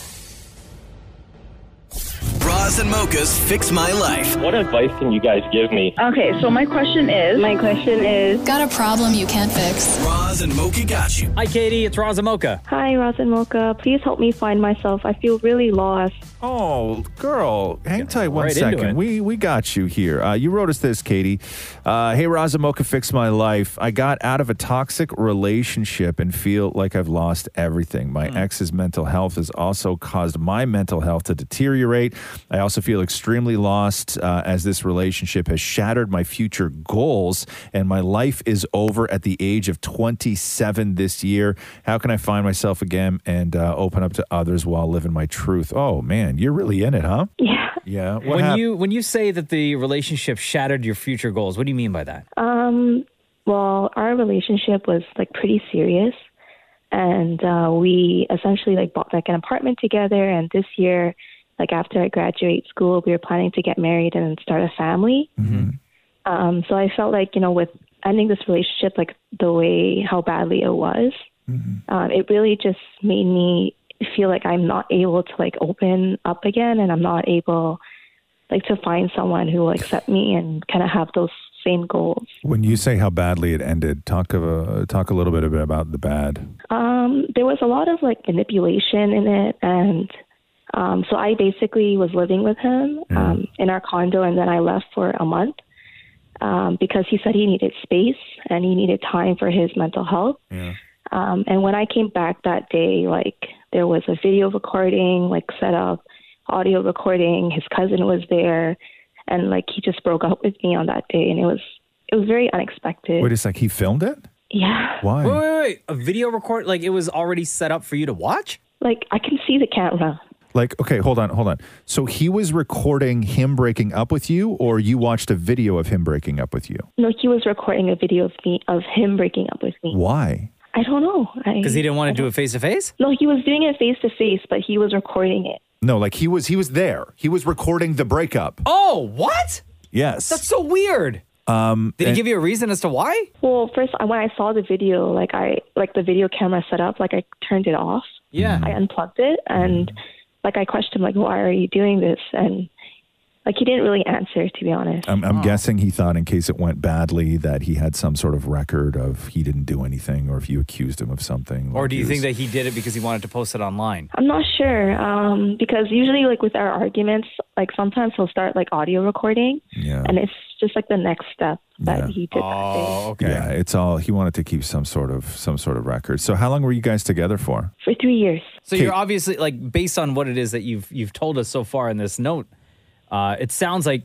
Roz Roz and Mocha's Fix My Life.
What advice can you guys give me?
Okay, so my question is. My question is.
Got a problem you can't fix.
Roz and Mocha got you.
Hi, Katie. It's Roz and Mocha.
Hi, Roz and Mocha. Please help me find myself. I feel really lost.
Oh, girl, hang tight one
right into
second.
it.
We we got you here. Uh, you wrote us this, Katie. Uh, hey, Razamoka, fix my life. I got out of a toxic relationship and feel like I've lost everything.
Hmm.
My ex's mental health has also caused my mental health to deteriorate. I also feel extremely lost uh, as this relationship has shattered my future goals, and my life is over at the age of 27 this year. How can I find myself again and uh, open up to others while living my truth? Oh man, you're really in it, huh? Yeah. Yeah. What
when
hap-
you when you say that the relationship shattered your future goals, what do you mean by that?
Um, well, our relationship was like pretty serious, and uh, we essentially like bought like an apartment together. And this year, like after I graduate school, we were planning to get married and start a family. Um, so I felt like you know, with ending this relationship, like the way how badly it was, um, it really just made me feel like I'm not able to like open up again, and I'm not able like to find someone who will accept me and kind of have those same goals.
When you say how badly it ended, talk of a, talk a little bit about the bad.
Um, there was a lot of like manipulation in it, and um, so I basically was living with him
Mm.
um, in our condo, and then I left for a month um, because he said he needed space and he needed time for his mental health. Um, and when I came back that day, like there was a video recording, like set up, audio recording. His cousin was there, and like he just broke up with me on that day, and it was it was very unexpected.
Wait, it's like he filmed it.
yeah.
Why?
Wait, wait, wait. A video record like it was already set up for you to watch?
Like I can see the camera.
Like, okay, hold on, hold on. So he was recording him breaking up with you, or you watched a video of him breaking up with you?
No, he was recording a video of me of him breaking up with me.
Why?
I don't know.
Because he didn't want to do it face to face?
No, he was doing it face to face, but he was recording it.
No, like he was he was there. He was recording the breakup.
Oh, what?
Yes.
That's so weird.
Um,
Did he give you a reason as to why?
Well, first I- when I saw the video, like I like the video camera set up, like I turned it off.
Yeah.
Mm.
I unplugged it and like I questioned him like why are you doing this and like he didn't really answer to be honest.
I'm, I'm guessing he thought, in case it went badly, that he had some sort of record of he didn't do anything, or if you accused him of something.
Or do you think that he did it because he wanted to post it online?
I'm not sure um, because usually like with our arguments, like sometimes he'll start like audio recording and it's just like the next step that he did that thing
Oh,
okay. Yeah, it's all he wanted to keep some sort of some sort of record. So how long were you guys together for?
for three years.
So you're obviously like based on what it is that you've you've told us so far in this note, uh, it sounds like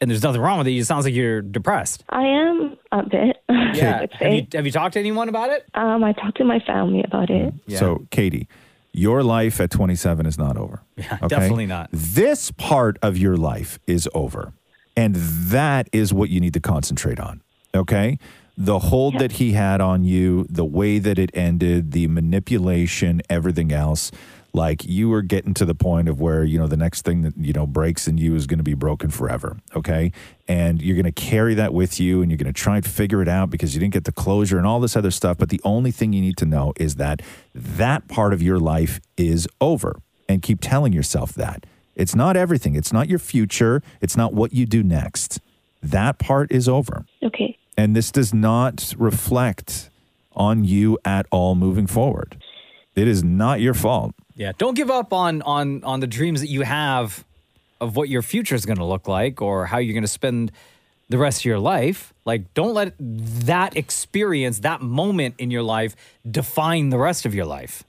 and there's nothing wrong with it, it sounds like you're depressed.
I am a bit. *laughs* I
Yeah.
would
Have
say.
you have you talked to anyone about it?
Um, I talked to my family about it.
So, Katie, your life at 27 is not over.
definitely not.
This part of your life is over. And that is what you need to concentrate on. Okay? The hold that he had on you, the way that it ended, the manipulation, everything else. Like you are getting to the point of where, you know, the next thing that, you know, breaks in you is going to be broken forever. Okay. And you're going to carry that with you and you're going to try and figure it out because you didn't get the closure and all this other stuff. But the only thing you need to know is that that part of your life is over and keep telling yourself that. It's not everything. It's not your future. It's not what you do next. That part is over.
Okay.
And this does not reflect on you at all moving forward. It is not your fault.
Yeah, don't give up on on on the dreams that you have of what your future is going to look like or how you're going to spend the rest of your life. Like don't let that experience, that moment in your life define the rest of your life.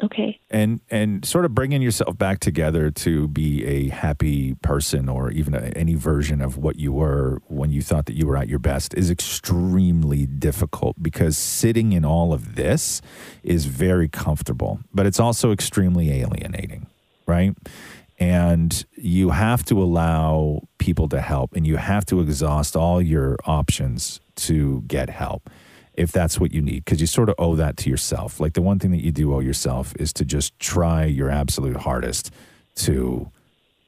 Okay.
And and sort of bringing yourself back together to be a happy person or even a, any version of what you were when you thought that you were at your best is extremely difficult because sitting in all of this is very comfortable, but it's also extremely alienating. right? And you have to allow people to help and you have to exhaust all your options to get help if that's what you need because you sort of owe that to yourself. Like the one thing that you do owe yourself is to just try your absolute hardest to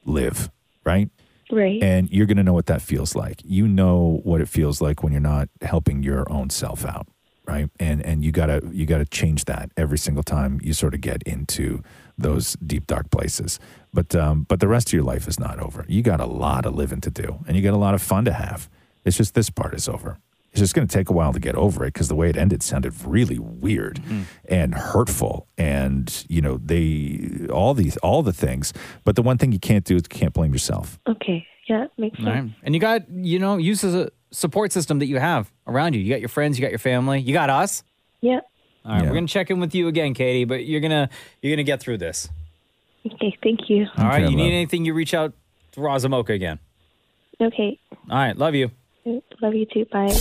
live, right?
Right.
And you're going to know what that feels like. You know what it feels like when you're not helping your own self out. right? And and you gotta you gotta change that every single time you sort of get into those deep dark places. But um, but the rest of your life is not over. You got a lot of living to do, and you got a lot of fun to have. It's just this part is over. It's just going to take a while to get over it because the way it ended sounded really weird and hurtful, and you know they all these all the things. But the one thing you can't do is can't blame yourself.
Okay. Yeah, makes sense.
Right. And you got, you know, use as a support system that you have around you. You got your friends, you got your family, you got us.
Yeah.
All right, we're gonna check in with you again, Katie, but you're gonna you're gonna get through this.
Okay. Thank you.
All right, you need anything, you reach out to Razamoka again.
Okay.
All right, love you.
Love you too. Bye.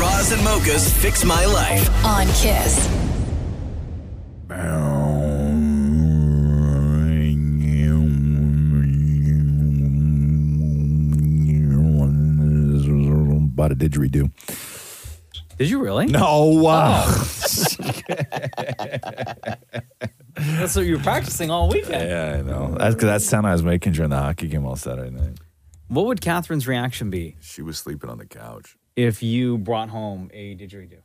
Roz and Mocha's Fix My Life.
on Kiss.
Bought a didgeridoo.
Did you really?
No. Uh,
That's what you were practicing all weekend.
Yeah, I know. That's 'cause that sound I was making during the hockey game all Saturday night.
What would Catherine's reaction be
She was sleeping on the
*laughs*
couch.
if you brought home a didgeridoo?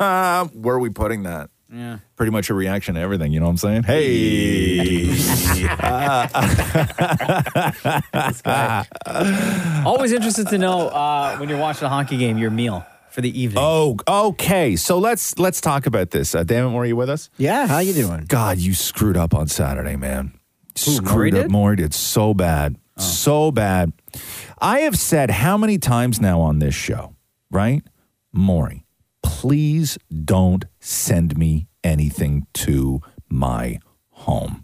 Ah, Where are we putting that?
Yeah.
Pretty much a reaction to everything. You know what I'm saying? Hey.
*sighs*
*laughs*
Always interested to know uh, when you're watching a hockey game, your meal for the evening.
Oh, okay. So let's let's talk about this. Uh, Damon, were you with us?
Yeah. How you doing?
God, you screwed up on Saturday, man.
Who,
screwed
Maury
up.
did?
Maury did so bad,
Oh.
so bad. I have said how many times now on this show, right? Maury, please don't send me anything to my
*laughs*
home.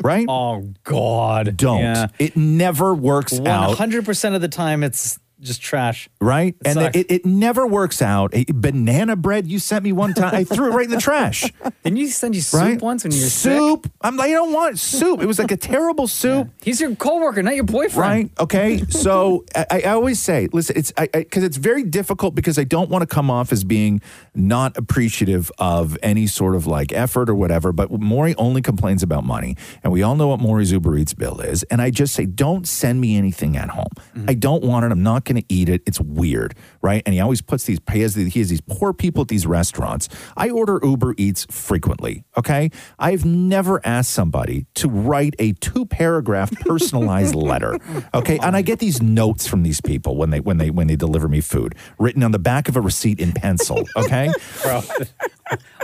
Right?
oh God.
Don't.
Yeah.
It never works out.
100% of the time, it's just trash.
right?
It
and
sucks.
it, it never works out. A banana bread you sent me one time, I threw it right in the
*laughs*
trash.
Didn't you send you soup once when you were sick?
soup? I'm like, I don't want soup. It was
*laughs*
like a terrible soup.
He's your coworker, not your boyfriend.
Right? Okay. So I, I always say, listen, it's because I, 'cause it's very difficult because I don't want to come off as being not appreciative of any sort of like effort or whatever. But Maury only complains about money, and we all know what Maury's Uber Eats bill is. And I just say, don't send me anything at home.
Mm-hmm.
I don't want it. I'm not going to eat it. It's weird, right? And he always puts these. He has, these- he has these poor people at these restaurants. I order Uber Eats frequently. Okay, I've never asked somebody to write a two paragraph personalized letter. Okay, and I get these notes from these people when they when they when they deliver me food written on the back of a receipt in pencil.
*laughs*
Okay,
Bro.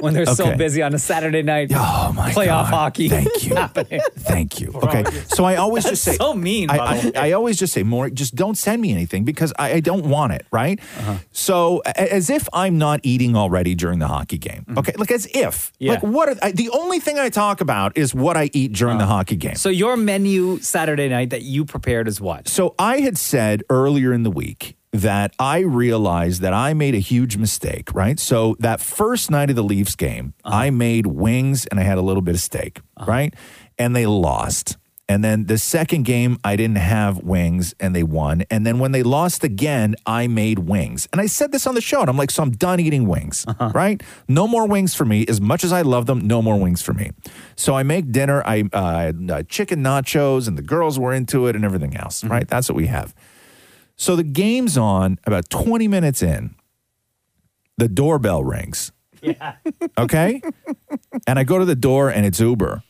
when they're so
Okay.
busy on a Saturday night oh
my
playoff hockey. *laughs*
Thank you.
happening.
Thank you. Okay, so I always just say
That's *laughs* so mean,
I,
by the way.
I, I always just say more. Just don't send me anything because I, I don't want it. Right.
Uh-huh.
So a- as if I'm not eating already during the hockey game. Okay, like as if.
Mm-hmm. Yeah.
Like what? Are, I, the only thing I talk about is what I eat during the hockey game.
So your menu Saturday night that you prepared is what?
So I had said earlier in the week that I realized that I made a huge mistake, right? So that first night of the Leafs game,
Uh-huh.
I made wings and I had a little bit of steak, right? And they lost. And then the second game, I didn't have wings and they won. And then when they lost again, I made wings. And I said this on the show, and I'm like, so I'm done eating wings, right? No more wings for me. As much as I love them, no more wings for me. So I make dinner. I uh, I had, uh, chicken nachos, and the girls were into it, and everything else. Right? That's what we have. So the game's on. About 20 minutes in, the doorbell rings. Okay, and I go to the door, and it's Uber.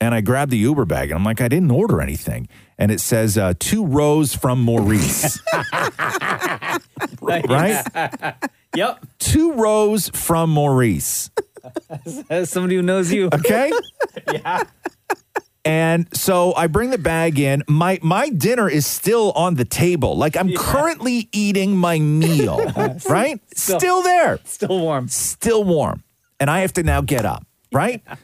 And I grab the Uber bag, and I'm like, I didn't order anything. And it says uh, two rows from *laughs* Maurice. Right?
yep.
two rows from Maurice.
As somebody who knows you.
*laughs* Okay. And so I bring the bag in. My my dinner is still on the table. Like I'm currently eating my *laughs* meal, right? Still, there.
Still warm. *laughs*
Still warm. And I have to now get up, right? *laughs*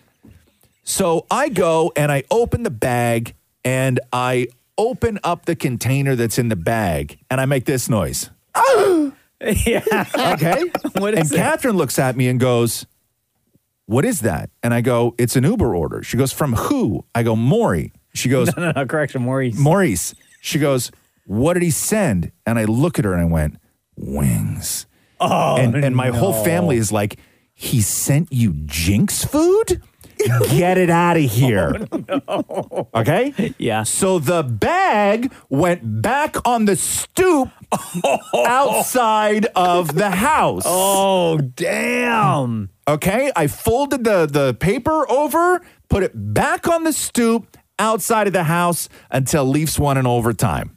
So I go and I open the bag and I open up the container that's in the bag and I make
*laughs*
this noise. *laughs*
yeah.
Okay.
What is
and Catherine looks at me and goes, What is that? And I go, It's an Uber order. She goes, From who? I go, Maury. She goes,
*laughs* No, no, no, Oh, correction, Maurice.
Maurice. She goes, What did he send? And I look at her and I went, Wings.
Oh,
and, and my whole
no.
family is like, He sent you Jinx food? Get it out
*laughs*
of here. Okay?
Yeah.
So the bag went back on
*laughs*
the stoop outside of the house.
Oh, damn.
Okay? I folded the, the paper over, put it back on the stoop outside of the house until Leafs won in overtime.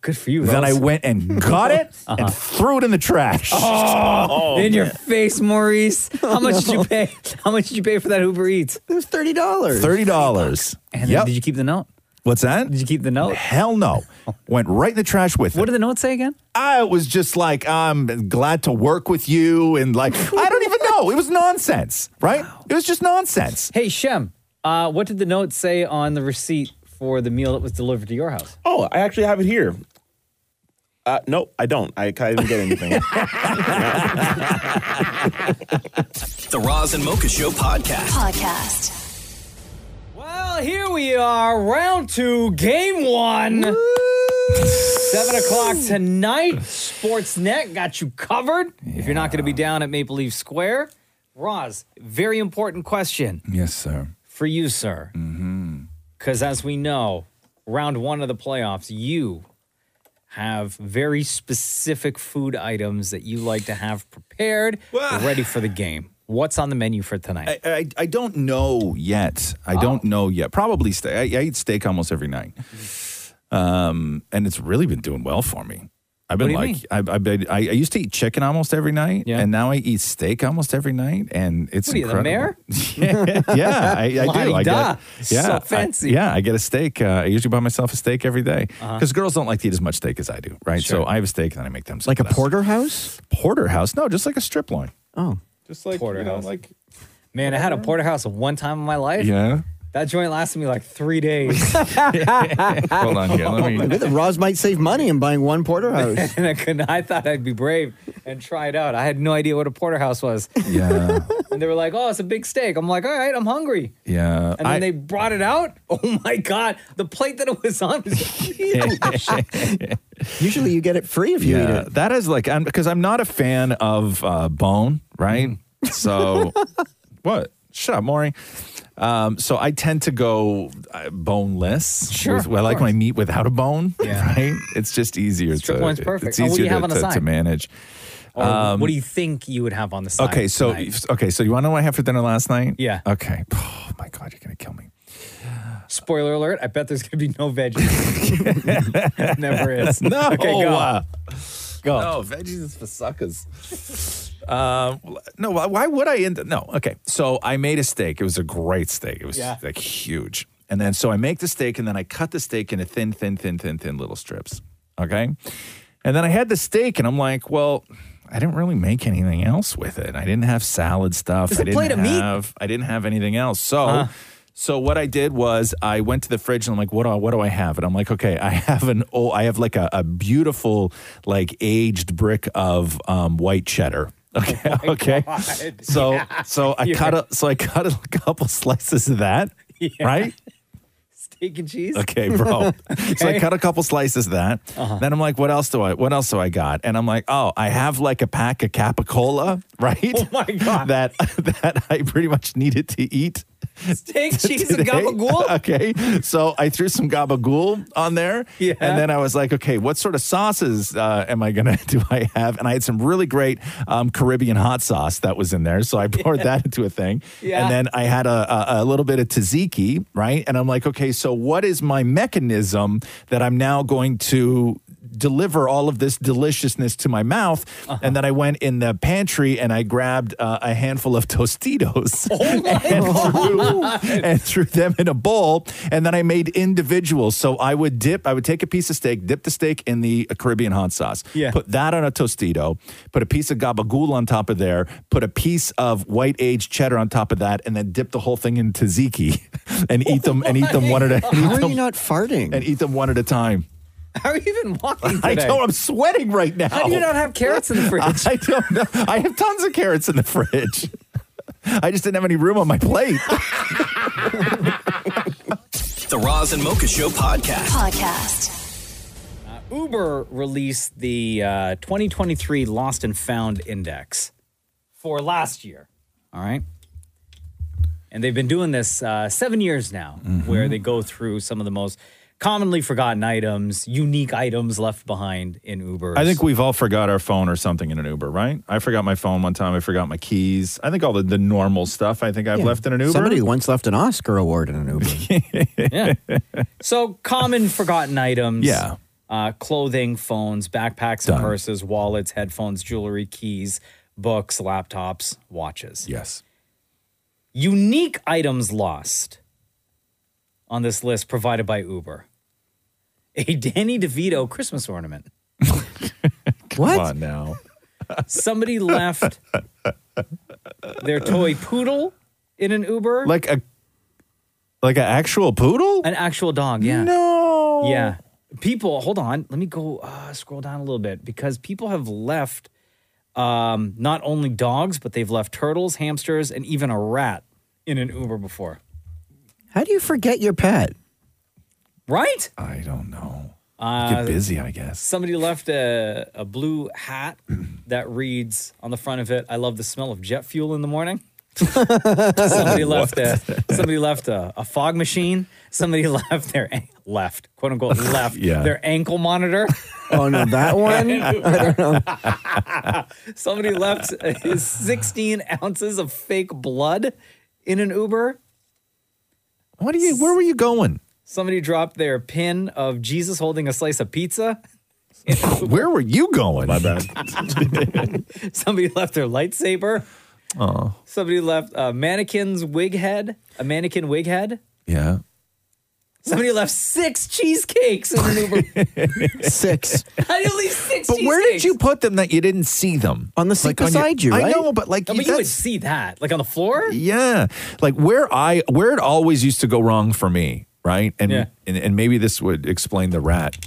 Good for you.
Then I
Rose.
went and got it
*laughs* Uh-huh.
and threw it in the trash.
Oh, in your face, Maurice. How
Oh,
much did
*laughs*
no.
you pay? How much did you pay for that Uber Eats?
It was thirty dollars.
Thirty dollars.
And then did you keep the note?
What's that? Did
you keep the note? *laughs*
Hell no. Went right in the trash with it. What
did the note say again?
I was just like, I'm glad to work with you,
*laughs*
and like, I don't even know. It was nonsense, right? It was just nonsense.
Hey, Shem, uh, what did the note say on the receipt for the meal that was delivered to your house?
Oh, I actually have it here. Uh, no, I don't. I can't even get anything.
The Roz and Mocha Show podcast.
Podcast.
Well, here we are, round two, game one. Seven o'clock *sighs* tonight. Sportsnet got you covered. If you're not going to be down at Maple Leaf Square, Roz, very important question
Yes, sir.
for you, sir. Because as we know, round one of the playoffs, you have very specific food items that you like to have prepared, ready for the game. What's on the menu for tonight?
I, I, I don't know yet. I
Oh.
don't know yet. Probably steak. I, I eat steak almost every night, um, and it's really been doing well for me. I've been
What do
like,
you
I've, I've been, I, I used to eat chicken almost every night, and now I eat steak almost every night, and it's
what are you,
incredible.
the mayor?
*laughs* yeah, I, I do. I
La-di-da.
get, yeah,
so
I-
fancy.
yeah, I get a steak. Uh, I usually buy myself a steak every day
Uh-huh.
because girls don't like to eat as much steak as I do, right? So I have a steak and then I make them
Like a
something else.
porterhouse?
porterhouse. No, just like a strip loin.
Oh.
Just like
porterhouse. Man, I had a porterhouse one time in my life.
Yeah.
That joint lasted me like three days. *laughs*
Hold on here. Let me.
Maybe the Roz might save money in buying one *laughs* porterhouse.
and I couldn't. I thought I'd be brave and try it out. I had no idea what a porterhouse was.
Yeah.
and they were like, "Oh, it's a big steak." I'm like, "All right, I'm hungry."
Yeah.
And then they brought it out. *laughs* Oh my god, the plate that it was on was huge.
Usually you get it free if you eat
yeah,
it.
that is like I'm because I'm not a fan of uh, bone, right?
Mm. *laughs*
So what? Shut up, Maury. Um, so I tend to go uh, boneless.
Sure,
with-
of
I like my
course.
meat without a bone.
Yeah.
Right. It's just easier to.
loin's perfect.
It's
Oh, what do
easier
you have
to,
on the
to- to
side?
manage.
Or what do you think you would have on the side?
Um, Okay, so
tonight?
okay, so you want to know what I had for dinner last night?
Yeah.
Okay. *sighs* Oh
spoiler alert: I bet there's gonna be no
*laughs*
veggies. Never is. *laughs*
No.
Okay, go.
uh,
go.
No, veggies is for suckers. Um, no, why, why would I end up? No, okay. So I made a steak. It was a great steak. It was
Yeah.
like huge. And then so I make the steak and then I cut the steak into thin, thin, thin, thin, thin little strips. Okay. And then I had the steak and I'm like, well, I didn't really make anything else with it. I didn't have salad stuff.
It's
I
a
didn't
plate of meat.
have I didn't have anything else. So
Uh-huh.
so what I did was I went to the fridge and I'm like, what do I, what do I have? And I'm like, okay, I *laughs* have an oh, I have like a, a beautiful like aged brick of um, white cheddar. Okay, *laughs* okay.
Uh,
So so I cut a so I cut a *laughs* couple slices of that,
Yeah.
right?
Steak and cheese.
Okay,
*laughs*
bro. So I
Okay. Uh-huh.
cut a couple slices of that. Then I'm like, what else do I? What else do I got? And I'm like, oh, I have like a pack of Capicola, *laughs* right? Oh
my god.
that *laughs* that I pretty much needed to eat. *laughs*
Steak, cheese, and
today. Uh,
gabagool.
*laughs* okay, so I threw some gabagool on there,
Yeah.
and then I was like, okay, what sort of sauces uh, am I gonna *laughs* do? I have, and I had some really great um, Caribbean hot sauce that was in there, so
*laughs*
I poured that into a thing,
Yeah.
and then I had a, a, a little bit of tzatziki, right? And I'm like, okay, so what is my mechanism that I'm now going to deliver all of this deliciousness to my mouth?
Uh-huh.
And then I went in the pantry and I grabbed uh, a handful of *laughs* Tostitos
Oh *laughs*
and, threw, and threw them in a bowl. And then I made individuals. So I would dip, I would take a piece of steak, dip the steak in the Caribbean hot sauce,
Yeah.
put that on a Tostito, put a piece of gabagool on top of there, put a piece of white aged cheddar on top of that, and then dip the whole thing in tzatziki *laughs* and eat them and eat them one at
*laughs*
a
How are you not farting?
And eat them one at a time.
How are you even walking
I
today?
know I'm sweating right now.
How do you not have carrots in the
*laughs*
fridge?
I don't know. I have tons of carrots in the fridge. *laughs* I just didn't have any room on my plate.
The Roz and Mocha Show podcast.
Podcast.
Uber released the uh, 2023 Lost and Found Index for last year. All right. And they've been doing this uh, seven years now,
Mm-hmm.
where they go through some of the most commonly forgotten items, unique items left behind in Uber.
I think we've all forgot our phone or something in an Uber, right? I forgot my phone one time. I forgot my keys. I think all the, the normal stuff I think I've
Yeah.
left in an Uber.
Somebody once left an Oscar award in an Uber.
yeah. So
*laughs*
common forgotten items.
Yeah.
Uh, clothing, phones, backpacks and purses, wallets, headphones, jewelry, keys, books, laptops, watches.
Yes.
Unique items lost on this list provided by Uber. A Danny DeVito Christmas ornament.
Come on now. *laughs*
Somebody left their toy poodle in an Uber.
Like a like an actual poodle?
An actual dog, yeah.
No.
Yeah. People, hold on. Let me go uh, scroll down a little bit because people have left um, not only dogs, but they've left turtles, hamsters, and even a rat in an Uber before.
How do you forget your pet?
Right?
I don't know.
Uh,
Get busy, I guess.
Somebody left a, a blue hat that reads on the front of it, I love the smell of jet fuel in the
*laughs*
morning. somebody left a somebody left a, a fog machine. Somebody *laughs* left their an- left quote
*laughs*
unquote left
Yeah.
their ankle monitor.
Oh no,
*laughs*
that one. I don't know.
Somebody left his 16 ounces of fake blood in an Uber.
What are you? Where were
*laughs*
you going?
Somebody dropped their pin of Jesus holding a slice of pizza.
Where were you going? My bad.
*laughs* Somebody left their lightsaber.
Oh.
Somebody left a mannequin's wig head, a mannequin wig head.
Yeah.
Somebody left six cheesecakes in an Uber. *laughs*
*laughs* Six.
How do you leave six
But where did
cheesecakes?
you put them that you didn't see them? On the
seat beside you,
I
right?
know, but like
No, but you would see that, like on the floor.
Yeah. Like where I where it always used to go wrong for me, right? And
Yeah.
and, and maybe this would explain the rat.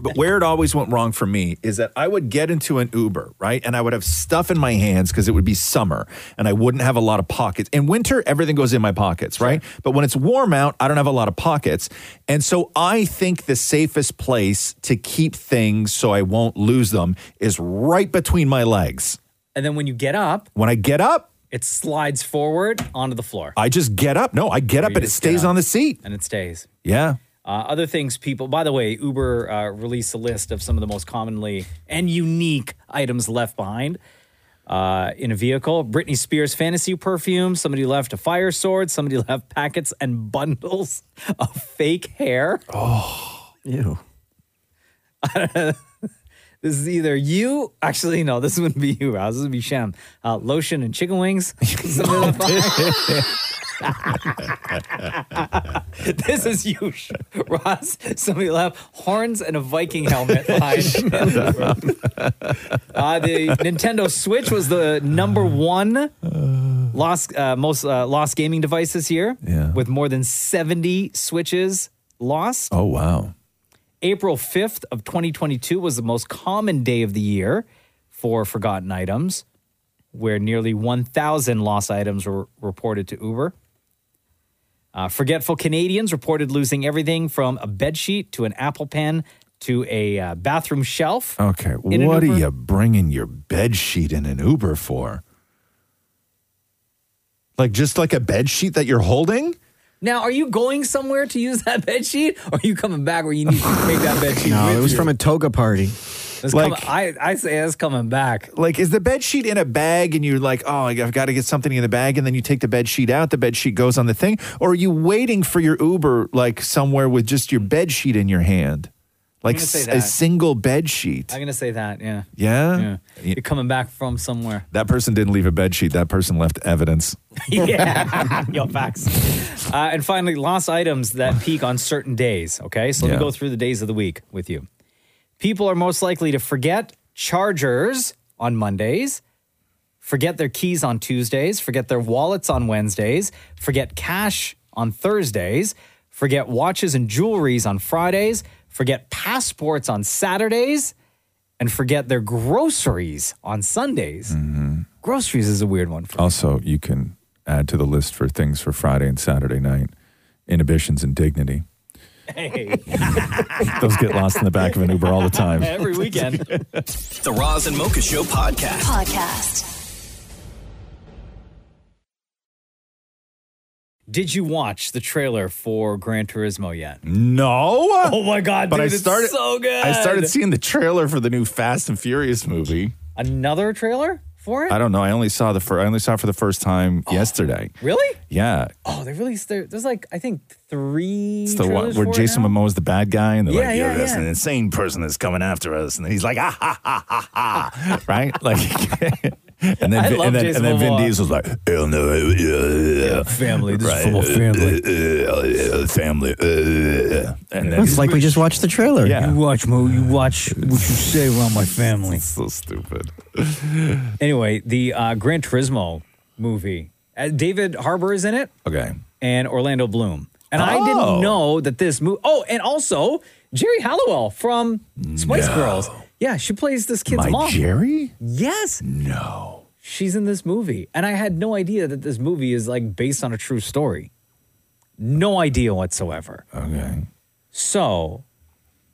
But where it always went wrong for me is that I would get into an Uber, right? And I would have stuff in my hands because it would be summer and I wouldn't have a lot of pockets. In winter, everything goes in my pockets, right? But when it's warm out, I don't have a lot of pockets. And so I think the safest place to keep things so I won't lose them is right between my legs.
And then when you get up,
When I get up,
it slides forward onto the floor.
I just get up. No, I get up and it stays on the seat.
And it stays.
Yeah.
Uh, other things people, by the way, Uber uh, released a list of some of the most commonly and unique items left behind uh, in a vehicle. Britney Spears fantasy perfume, somebody left a fire sword, somebody *laughs* left packets and bundles of fake hair. Oh,
ew.
*laughs* This is either you, actually, no, this wouldn't be you, Rouse. This would be Shem. Uh, lotion and chicken wings. Somebody left behind. *laughs* this is you, Sh- Ross. Somebody left horns and a Viking helmet behind. *laughs* uh, the Nintendo Switch was the number one lost uh, most uh, lost gaming device this year, yeah. with more than seventy Switches lost.
Oh wow!
April fifth of 2022 was the most common day of the year for forgotten items, where nearly 1,000 lost items were reported to Uber. Uh, forgetful Canadians reported losing everything from a bed sheet to an Apple pen to a uh, bathroom shelf.
Okay.
In an
what are
Uber?
you bringing your bed sheet in an Uber for? Like just like a bed sheet that you're holding?
Now, are you going somewhere to use that *laughs* bed sheet, or are you coming back where you need to take that bed sheet?
No,
with
it was
you?
from a toga party.
It's
like-
coming- I, I say it's coming back.
Like is the bed sheet in a bag and you're like, "Oh, I've got to get something in the bag." And then you take the bed sheet out, the bed sheet goes on the thing, or are you waiting for your Uber like somewhere with just your bed sheet in your hand? Like
gonna say
s- a
that.
single bed sheet.
I'm gonna say that. Yeah,
Yeah?
you're coming back from somewhere.
That person didn't leave a bed sheet. That person left evidence.
*laughs* yeah, yo, facts. Uh, and finally, lost items that peak on certain days. Okay, so let
Yeah.
me go through the days of the week with you. People are most likely to forget chargers on Mondays, forget their keys on Tuesdays, forget their wallets on Wednesdays, forget cash on Thursdays, forget watches and jewelries on Fridays, forget passports on Saturdays, and forget their groceries on Sundays. Groceries is a weird one.
Also, you can add to the list for things for Friday and Saturday night inhibitions
*laughs*
and dignity.
Hey.
Those get lost in the back of an Uber all the time.
Every *laughs* weekend.
The Roz and Mocha Show podcast.
Podcast.
Did you watch the trailer for Gran Turismo yet?
No.
*laughs* Oh my god, dude, it's so good.
I started seeing the trailer for the new Fast and Furious movie.
Another trailer for it?
I don't know. I only saw the fir- I only saw it for the first time yesterday.
Really?
Yeah,
Oh, they released their, there's like I think three.
it's the one
trailers
where
for it
Jason
now.
Momoa is the bad guy, and they're
Yeah,
like, "You're
yeah,
this
yeah.
an insane person that's coming after us," and then he's like, "Ah ha ha ha ha," right? Like, *laughs*
I
and then Vin-
love
and then,
Jason
and then Vin
Momoa.
Diesel's like, "Hell no, uh, uh, uh,
family, this
right,
is for my family,
uh, uh, uh, family," uh, and then
It's like we just watched the trailer.
Yeah.
You watch Mo. You watch what you say around my family.
*laughs* so stupid.
anyway, the uh, Gran Turismo movie. Uh, David Harbour is in it,
okay,
and Orlando Bloom. And I
Oh.
didn't know that this movie. Oh, and also Jerry Halliwell from Spice
No.
Girls. Yeah, she plays this kid's
My
mom.
Jerry?
Yes.
No.
She's in this movie, and I had no idea that this movie is like based on a true story. No idea whatsoever.
Okay.
So,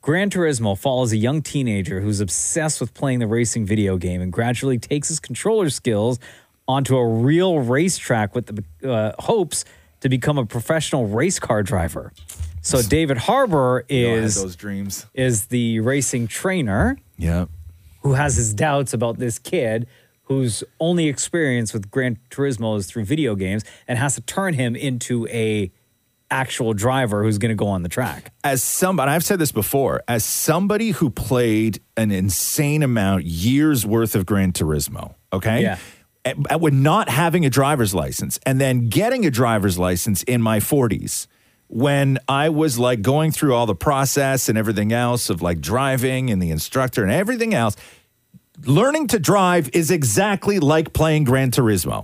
Gran Turismo follows a young teenager who's obsessed with playing the racing video game and gradually takes his controller skills onto a real racetrack with the uh, hopes to become a professional race car driver. So David Harbour
*laughs* We all had
is
those dreams?
is the racing trainer
Yeah.
who has his doubts about this kid whose only experience with Gran Turismo is through video games and has to turn him into a actual driver who's going to go on the track.
as somebody I've said this before, as somebody who played an insane amount years worth of Gran Turismo, okay?
Yeah.
And- and with not having a driver's license and then getting a driver's license in my 40s when I was like going through all the process and everything else of like driving and the instructor and everything else learning to drive is exactly like playing
*laughs*
Gran Turismo.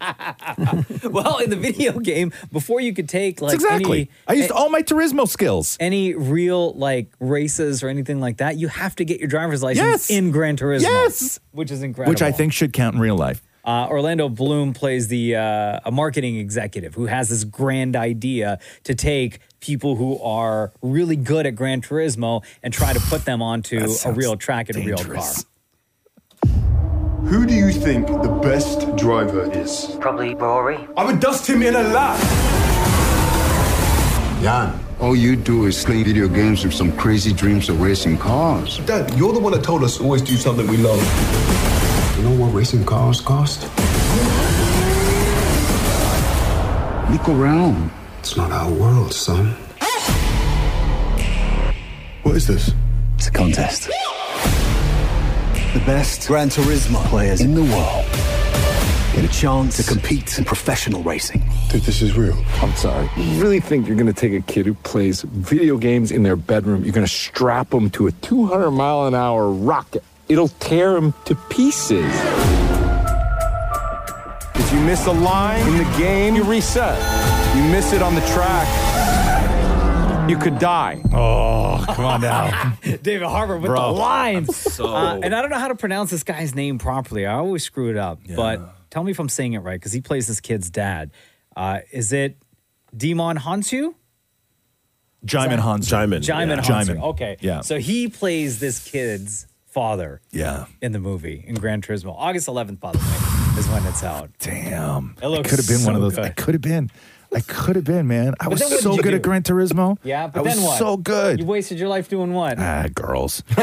well, in the video game, before you could take like
exactly.
any,
I used all my Turismo skills.
any real like races or anything like that, you have to get your driver's license
Yes.
in Gran Turismo.
Yes.
which is incredible.
Which I think should count in real life.
Uh, Orlando Bloom plays the uh, a marketing executive who has this grand idea to take people who are really good at Gran Turismo and try to put them onto a real track and a real car.
Who do you think the best driver is? Probably Rory. I would dust him in a lap. Jan, all you do is play video games with some crazy dreams of racing cars. Dad, you're the one that told us to always do something we love. You know what racing cars cost? Look around. It's not our world, son. What is this? It's a contest.
The best Gran Turismo players in the world get a chance to compete in professional racing.
Dude, this is real.
I'm sorry. You really think you're going to take a kid who plays video games in their bedroom, you're going to strap him to a 200 mile an hour rocket? It'll tear him to pieces.
If you miss a line in the game, you reset. You miss it on the track, you could die.
Oh, come on *laughs* now.
David Harbour with
Bro.
the lines.
So-
Uh, and I don't know how to pronounce this guy's name properly. I always screw it up. But tell me if I'm saying it right because he plays this kid's dad. Uh, is it Demon Hansu?
Jaimin Hansu. Jaimin.
Jaimin
yeah.
Hansu.
Jaimin.
Okay.
Yeah.
So he plays this kid's father.
Yeah.
In the movie in Gran Turismo, August 11th, by the way, is when it's out.
Damn.
It looks
could have um, been one of
so
those. I
good.
could have been. I could have been, man. I
But
was
then what did
so
you
good at
do?
Gran Turismo.
Yeah, but
I
then
was
what?
so good.
You wasted your life doing what?
*laughs* Ah, girls. *laughs*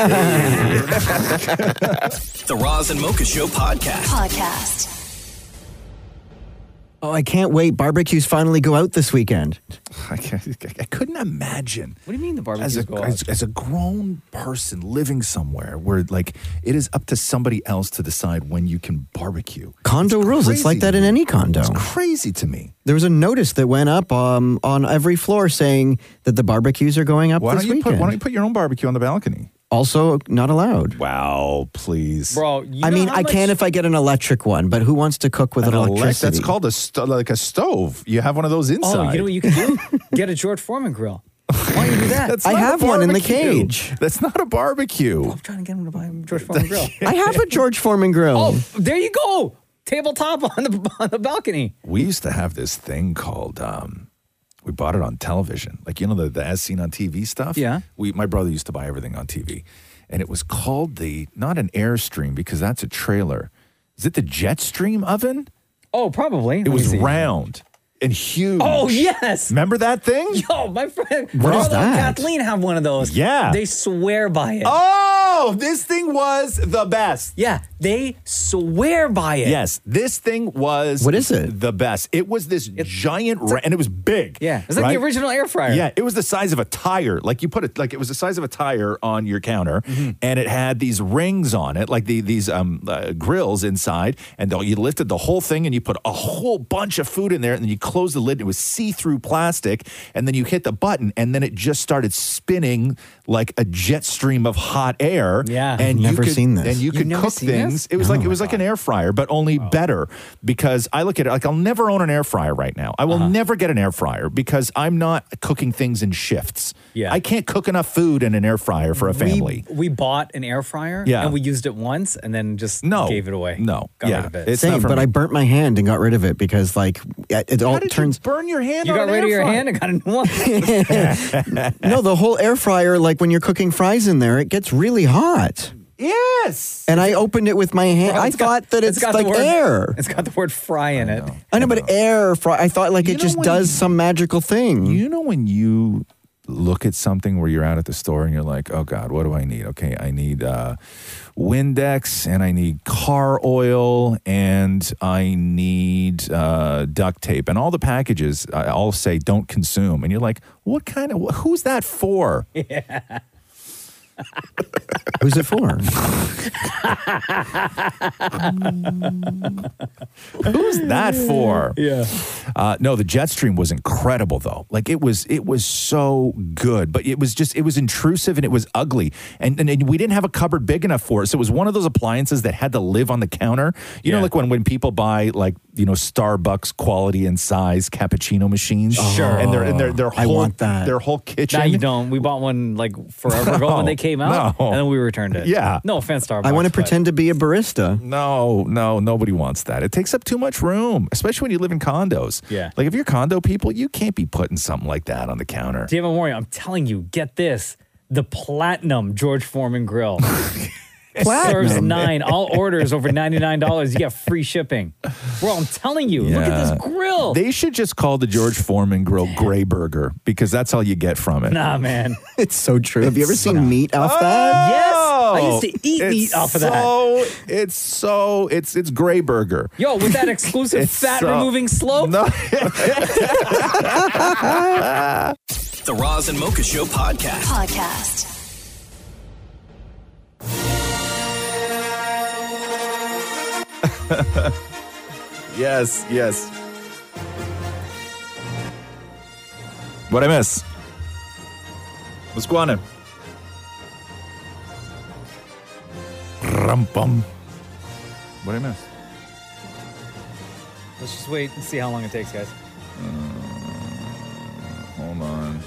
The Roz and Mocha Show podcast.
Podcast.
Oh, I can't wait. Barbecues finally go out this weekend.
I, can't- I couldn't imagine.
What do you mean the barbecues
As a,
go out?
as, as a grown person living somewhere where like it is up to somebody else to decide when you can barbecue.
Condo rules. It's like that in any condo. It's
crazy to me.
There was a notice that went up um, on every floor saying that the barbecues are going up
Why
this
don't you
weekend.
put why don't you put your own barbecue on the balcony?
also, not allowed.
Wow, please.
Bro,
I mean, I can if I get an electric one, but who wants to cook with
An elec-
electricity?
that's called a sto- like a stove. You have one of those inside.
Oh, you know what you can do? Get a George Foreman grill. Why don't you do that?
That's not a barbecue. That's not a barbecue.
I'm trying to get him to buy him a George
*laughs*
Foreman grill.
I have a George Foreman grill.
Oh, there you go. Tabletop on the *laughs* on the balcony.
we used to have this thing called um we bought it on television like you know the, the as seen on tv stuff
Yeah.
we my brother used to buy everything on tv and it was called the not an airstream because that's a trailer is it the jetstream oven
Oh, probably. Let
it
me
was
see.
round and huge.
Oh yes.
Remember that thing?
*laughs* Yo, Oh, my friend
What is
Carlo
that?
and Kathleen have one of those.
Yeah.
They swear by it.
Oh, this thing was the best.
Yeah, they swear by it.
Yes, this thing was what is it? The best. It was this giant, ra- and it was big. Yeah,
it's like the original air fryer.
Yeah, it was the size of a tire. Like you put it, like it was the size of a tire on your counter, and it had these rings on it, like the, these um, uh, grills inside. And though you lifted the whole thing, and you put a whole bunch of food in there, and then you closed the lid, and it was see-through plastic. And then you hit the button, and then it just started spinning like a jet stream of hot air. Yeah,
I've
and you
never
could,
seen this.
And you
You've
could
never
cook
seen this?
things. It was like it was like an air fryer, but only better. Because I look at it like I'll never own an air fryer right now. I will never get an air fryer because I'm not cooking things in shifts. Yeah, I can't cook enough food in an air fryer for a family.
We, we bought an air fryer
Yeah.
and we used it once and then just gave it away.
No.
Got
Yeah.
rid of it.
It's
Same,
not for
but
me.
I burnt my hand and got rid of it because, like, it, it all
*laughs*
turns. *laughs*
burn your hand.
You
on
got
an
rid
air
of your
fryer.
hand and got a new
*laughs*
one.
no, the whole air fryer, like when you're cooking fries in there, it gets really hot.
Yes.
And I opened it with my hand. I thought that it's,
got the
like
word-
air.
It's got the word fry in it.
I know, but air fry. I thought like it just does some magical thing.
You know when you look at something where you're out at the store and you're like, oh God, what do I need? Okay, I need uh, Windex and I need car oil and I need uh, duct tape and all the packages uh, all say don't consume. And you're like, what kind of, wh- who's that for?
Yeah.
Who's it for?
Who's that for?
Yeah.
Uh, no, the jet stream was incredible though. Like it was, it was so good, but it was just, it was intrusive and it was ugly, and and, and we didn't have a cupboard big enough for it. So it was one of those appliances that had to live on the counter. You know, like when when people buy like you know Starbucks quality and size cappuccino machines.
Sure.
And their and their their
I
whole
want that.
their whole kitchen.
Now you don't. We bought one like forever ago when
*laughs* No,
they came out,
no.
and then we returned it.
Yeah.
No offense, Starbucks.
I wanna
but-
pretend
to be a barista.
No, no, nobody wants that. It takes up too much room, especially when you live in condos.
Yeah.
Like if you're condo people, you can't be putting something like that on the counter.
David Moria, I'm telling you, get this: the platinum George Foreman *laughs* grill. Serves
Platinum?
nine. All orders over ninety nine dollars. You get free shipping. Bro, I'm telling you. Look at this grill.
They should just call the George Foreman grill Gray Burger because that's all you get from it.
Nah, man.
it's so true. Have you ever
It's
seen
not.
meat off that?
Yes. I used to eat
Oh, It's
meat off of that.
so, It's so it's it's Gray Burger.
Yo, with *laughs* that exclusive
It's
fat
so-
removing slope.
No.
The Roz and Mocha Show podcast.
Podcast.
yes, yes.
What I miss? What's going on? Rum bum. What I miss?
Let's just wait and see how long it takes, guys.
Hold on.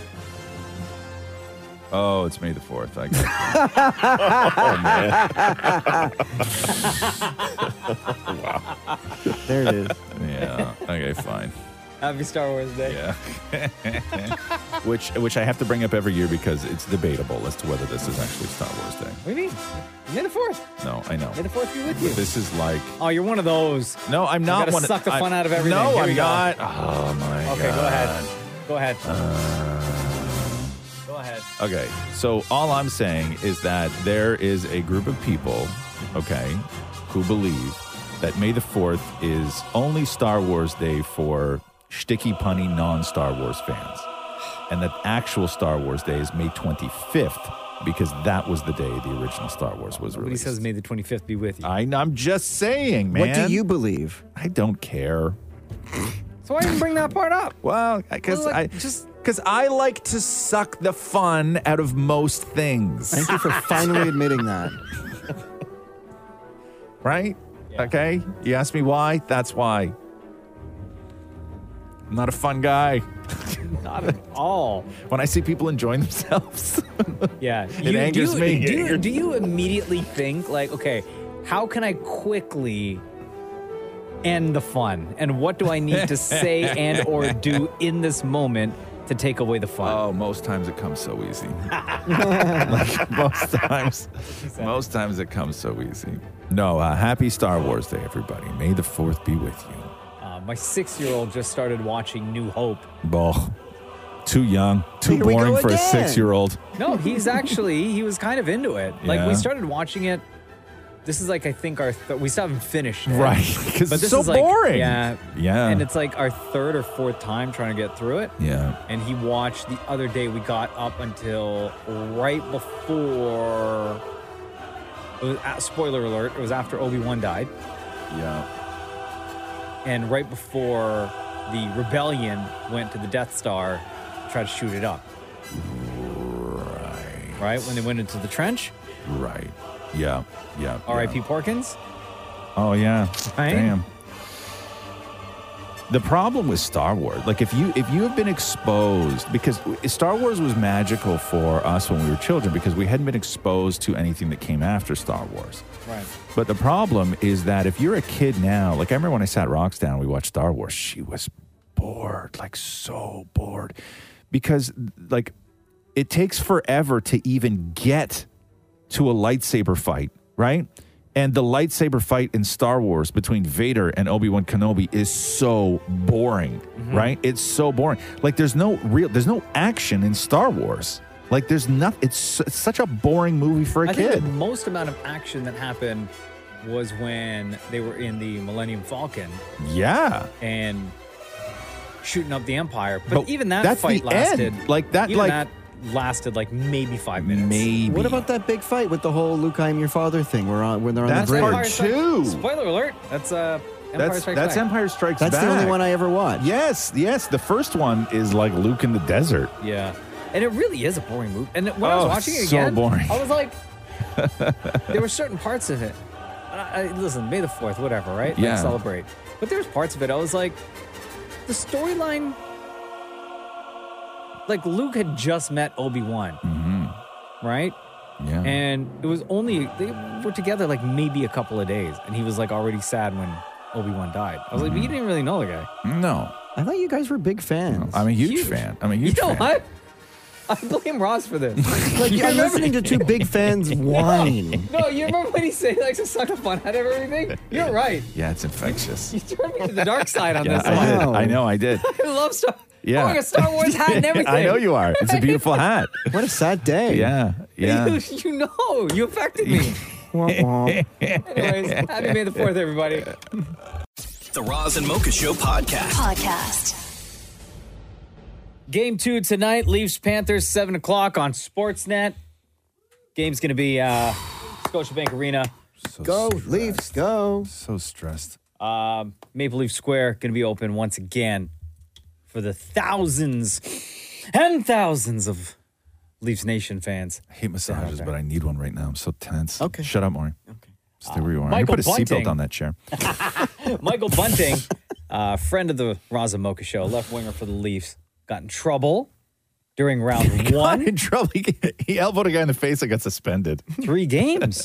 Oh, it's May the fourth. I
*laughs*
got wow.
There it is.
Oh, Yeah. Okay. Fine.
Happy Star Wars Day.
Yeah. which which I have to bring up every year because it's debatable as to whether this is actually Star Wars Day.
What do you mean? May the fourth.
No, I know.
May the fourth be with you.
This is like
Oh, you're one of those.
no, I'm
You
not
gotta
one.
suck the
I-
fun out of everything.
No,
Here we
I'm
go.
not. Oh my god.
Okay, go ahead. Go ahead. Uh, go ahead.
Okay, so all I'm saying is that there is a group of people, okay, who believe that May the 4th is only Star Wars Day for sticky punny non Star Wars fans, and that actual Star Wars Day is May 25th because that was the day the original Star Wars was
Nobody
released.
says May the 25th be with you.
I, I'm just saying, man.
What do you
believe?
I don't care.
So why even bring that part up?
Well, because
Well,
I
look,
just because I like to suck the fun out of most things.
Thank you for finally admitting that.
Right? Okay. You ask me why. That's why. I'm not a fun guy.
Not at all.
When I see people enjoying themselves, *laughs*
Yeah.
it angers
do,
me.
Do, you- do you immediately think, like, okay, how can I quickly end the fun? And what do I need to say and
*laughs*
or do in this moment to take away the fun?
Oh, most times it comes so easy. *laughs* Like, most times, most times it comes so easy. No, uh, happy Star Wars Day, everybody. May the fourth be with you.
Uh, My six year old just started watching New Hope.
Boh. Too young, too
Here we go
boring for a
again.
six year old.
No, he's actually he was kind of into it. Like
Yeah.
we started watching it. This is like I think our th- we still haven't finished it.
Right, 'cause
But
it's
this
so
is like-
boring.
Yeah,
Yeah.
And it's like our third or fourth time trying to get through it.
Yeah.
And he watched the other day. We got up until right before. It was at, spoiler alert. It was after Obi Wan died.
Yeah.
And right before the rebellion went to the Death Star, to try to shoot it up. Right. Right when they went into the trench.
Right. Yeah. Yeah.
R.I.P. Porkins.
Oh yeah.
Right?
Damn. The problem with Star Wars, like if you if you have been exposed because Star Wars was magical for us when we were children because we hadn't been exposed to anything that came after Star Wars.
Right.
But the problem is that if you're a kid now, like I remember when I sat rocks down, and we watched Star Wars. She was bored, like so bored, because like it takes forever to even get to a lightsaber fight, right? And the lightsaber fight in Star Wars between Vader and Obi Wan Kenobi is so boring,
Mm-hmm.
right? It's so boring. Like there's no real, there's no action in Star Wars. Like there's nothing. It's, it's such a boring movie for a
I
kid.
think the most amount of action that happened was when they were in the Millennium Falcon
yeah.
and shooting up the Empire. But,
But
even that
that's
fight
the
lasted
end. Like, that-
even
like-
that lasted like maybe five minutes. Maybe.
What *laughs* about that big fight with the whole Luke, I'm your father thing? We're on when they're on
That's
the bridge.
Empire Strikes- spoiler alert. That's uh. Empire
That's
Strikes
that's
Back.
Empire Strikes
That's
Back.
the only one I ever watched.
Yes, yes. The first one is like Luke in the desert.
Yeah. And it really is a boring movie. And when I was
Oh,
watching it
so
again,
boring.
I was
*laughs*
like, there were certain parts of it. and I, I, listen, May the Fourth, whatever, right?
Yeah.
Let's celebrate. But there's parts of it I was like, the storyline, like Luke had just met Obi Wan,
Mm-hmm.
right? Uh-huh.
Yeah.
And it was only they were together like maybe a couple of days, and he was like already sad when Obi Wan died. I was like, but you didn't really know the guy.
No.
I thought you guys were big fans.
I'm a huge, fan. I'm a huge
You know
fan.
what? I blame Ross for *laughs* this.
Like,
You
I'm
remember-
listening to
*laughs*
two big fans whine.
No, you remember when he said he likes to suck the fun out of everything? You're right. *laughs*
Yeah, it's infectious.
You turned me to the dark side on
Yeah,
this
I,
one.
did. I know,
*laughs*
I did.
I love Star.
Yeah.
I'm wearing a Star Wars hat and everything.
*laughs* I know you are. It's
*laughs*
a beautiful hat.
What a sad day.
Yeah, yeah.
You, you know, you affected
*laughs*
me. Anyways, happy May the Fourth, everybody.
The Roz and Mocha Show podcast.
Podcast.
Game two tonight. Leafs Panthers seven o'clock on Sportsnet. Game's gonna be uh, Scotiabank Arena.
go Leafs, go!
So stressed.
Um, Maple Leaf Square going to be open once again for the thousands and thousands of Leafs Nation fans.
I hate massages, but I need one right now. I'm so tense. Okay. Shut up, Maury. Okay. Stay where you are. I'm
Uh, Michael
gonna put a seatbelt
Bunting.
on that chair.
Michael Bunting, *laughs* uh, friend of the Raza Mocha Show, left winger for the Leafs, got in trouble during round one.
*laughs* in trouble. He, he elbowed a guy in the face and got suspended.
Three games.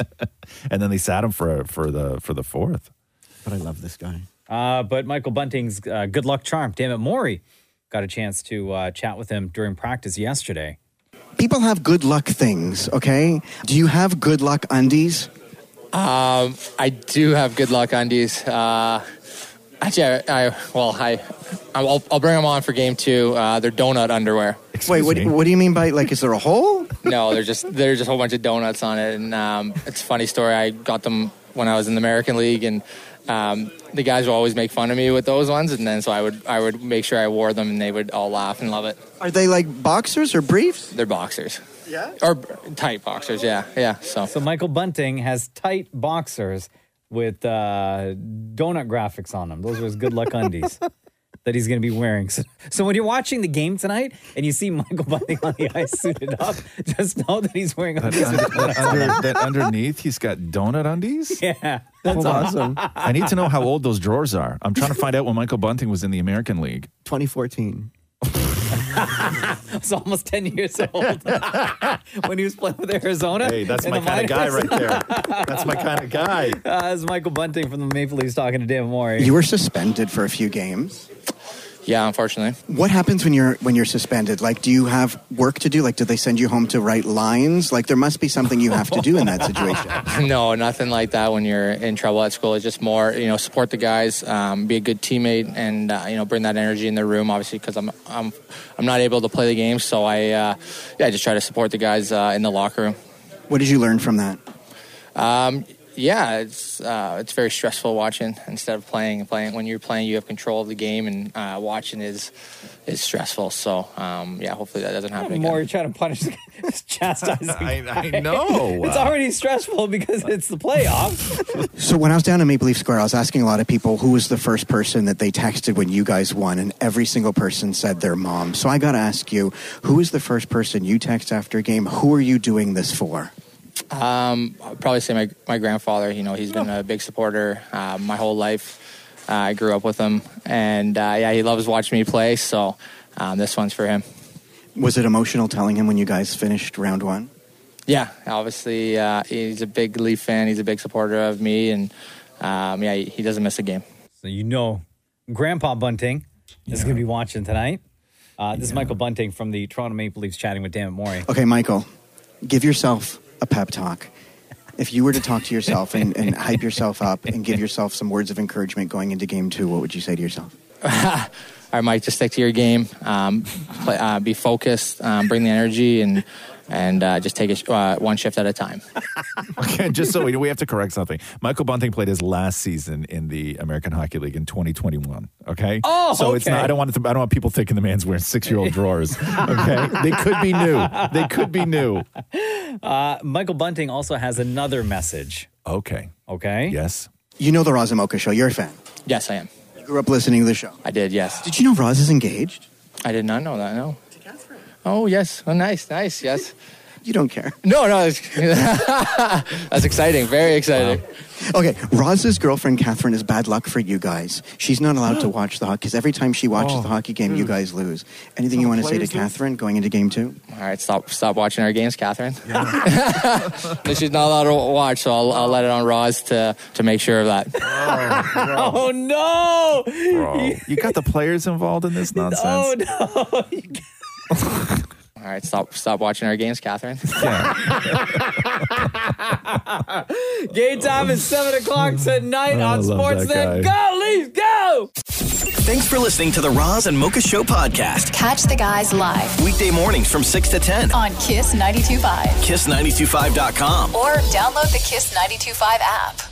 and then they sat him for for the for the fourth.
But I love this guy.
Uh, but Michael Bunting's uh, good luck charm, damn it, Maury, got a chance to uh, chat with him during practice yesterday.
People have good luck things, okay? Do you have good luck undies?
Um, I do have good luck undies. Uh, actually, I, I well, I I'll, I'll bring them on for game two. Uh, they're donut underwear.
Wait, what, what do you mean by like? Is there a hole?
No, they're just they're just a whole bunch of donuts on it, and um, it's a funny story. I got them when I was in the American League, and um, the guys would always make fun of me with those ones, and then so I would I would make sure I wore them, and they would all laugh and love it.
Are they like boxers or briefs?
They're boxers. Yeah. Or tight boxers. Yeah. Yeah. So.
So Michael Bunting has tight boxers with uh, donut graphics on them. Those are his good luck undies that he's going to be wearing. So, so when you're watching the game tonight and you see Michael Bunting on the ice suited up, just know that he's wearing
That,
undies.
under,
with
that,
donuts on them.
under- that underneath, he's got donut undies.
*laughs* Yeah, that's
Hold on.
awesome.
I need to know how old those drawers are. I'm trying to find out when Michael Bunting was in the American League.
2014.
It's almost 10 years old *laughs* when he was playing with Arizona.
Hey, that's
in
my
the
kinda guy
minors.
right there. That's my kinda guy.
Uh, that's Michael Bunting from the Maple Leafs talking to Dan Mori.
You were suspended for a few games.
Yeah, unfortunately.
What happens when you're when you're suspended? Like, do you have work to do? Like, do they send you home to write lines? Like, there must be something you have to do in that situation.
*laughs* no, nothing like that when you're in trouble at school. It's just more, you know, support the guys, um, be a good teammate, and uh, you know, bring that energy in the room. Obviously, because I'm I'm I'm not able to play the game, so I uh, yeah, I just try to support the guys uh, in the locker room.
What did you learn from that?
Um, yeah, it's uh, it's very stressful watching instead of playing. Playing when you're playing, you have control of the game, and uh, watching is is stressful. So um, yeah, hopefully that doesn't happen again.
More you're trying to punish, *laughs* chastising.
*laughs* I,
I
know.
it's already stressful because it's the playoff.
So when I was down in Maple Leaf Square, I was asking a lot of people who was the first person that they texted when you guys won, and every single person said their mom. So I got to ask you, who is the first person you text after a game? Who are you doing this for?
Um, I'd probably say my my grandfather. You know, he's been a big supporter uh, my whole life. Uh, I grew up with him, and uh, yeah, he loves watching me play. So um, this one's for him.
Was it emotional telling him when you guys finished round one?
Yeah, obviously uh, he's a big Leaf fan. He's a big supporter of me, and um, yeah, he doesn't miss a game.
So you know, Grandpa Bunting is going to be watching tonight. Uh, this is Michael Bunting from the Toronto Maple Leafs chatting with Dan Morey.
Okay, Michael, give yourself a pep talk. If you were to talk to yourself and, and hype yourself up and give yourself some words of encouragement going into game two, what would you say to yourself?
*laughs* All right, Mike, just stick to your game. Um, play, uh, be focused. Um, bring the energy and and uh, just take it sh- uh, one shift at a time.
Okay, *laughs* just so we know, we have to correct something. Michael Bunting played his last season in the American Hockey League in 2021. Okay.
Oh,
so it's
okay.
not. I don't want. To, I don't want people thinking the man's wearing six-year-old drawers. Okay, they could be new. They could be new.
Uh, Michael Bunting also has another message.
Okay.
Okay.
Yes.
You know the Razamoka show. You're a fan.
*laughs* Yes, I am.
You grew up listening to the show.
I did. Yes.
Did you know Roz is engaged?
I did not know that. No. Oh yes. Oh nice. Nice. Yes.
You don't care.
No, no. That's, that's exciting. Very exciting.
Okay, Roz's girlfriend Catherine is bad luck for you guys. She's not allowed to watch the hockey because every time she watches
Oh,
the hockey game, you
dude.
guys lose. Anything you want to say to
players lose?
Catherine going into game two?
All right. Stop. Stop watching our games, Catherine. *laughs* She's not allowed to watch, so I'll, I'll let it on Roz to to make sure of that.
Oh, no.
Bro, you got the players involved in this nonsense.
*laughs* Oh no.
All right. Stop. Stop watching our games, Catherine.
Game time is seven o'clock tonight
Oh. I
on
love that
Sportsnet. Go, Leafs, go!
Thanks for listening to the Roz and Mocha Show podcast.
Catch the guys live
Weekday mornings from 6 to 10.
on Kiss 92.5
Kiss925.com.
or download the Kiss 92.5 app.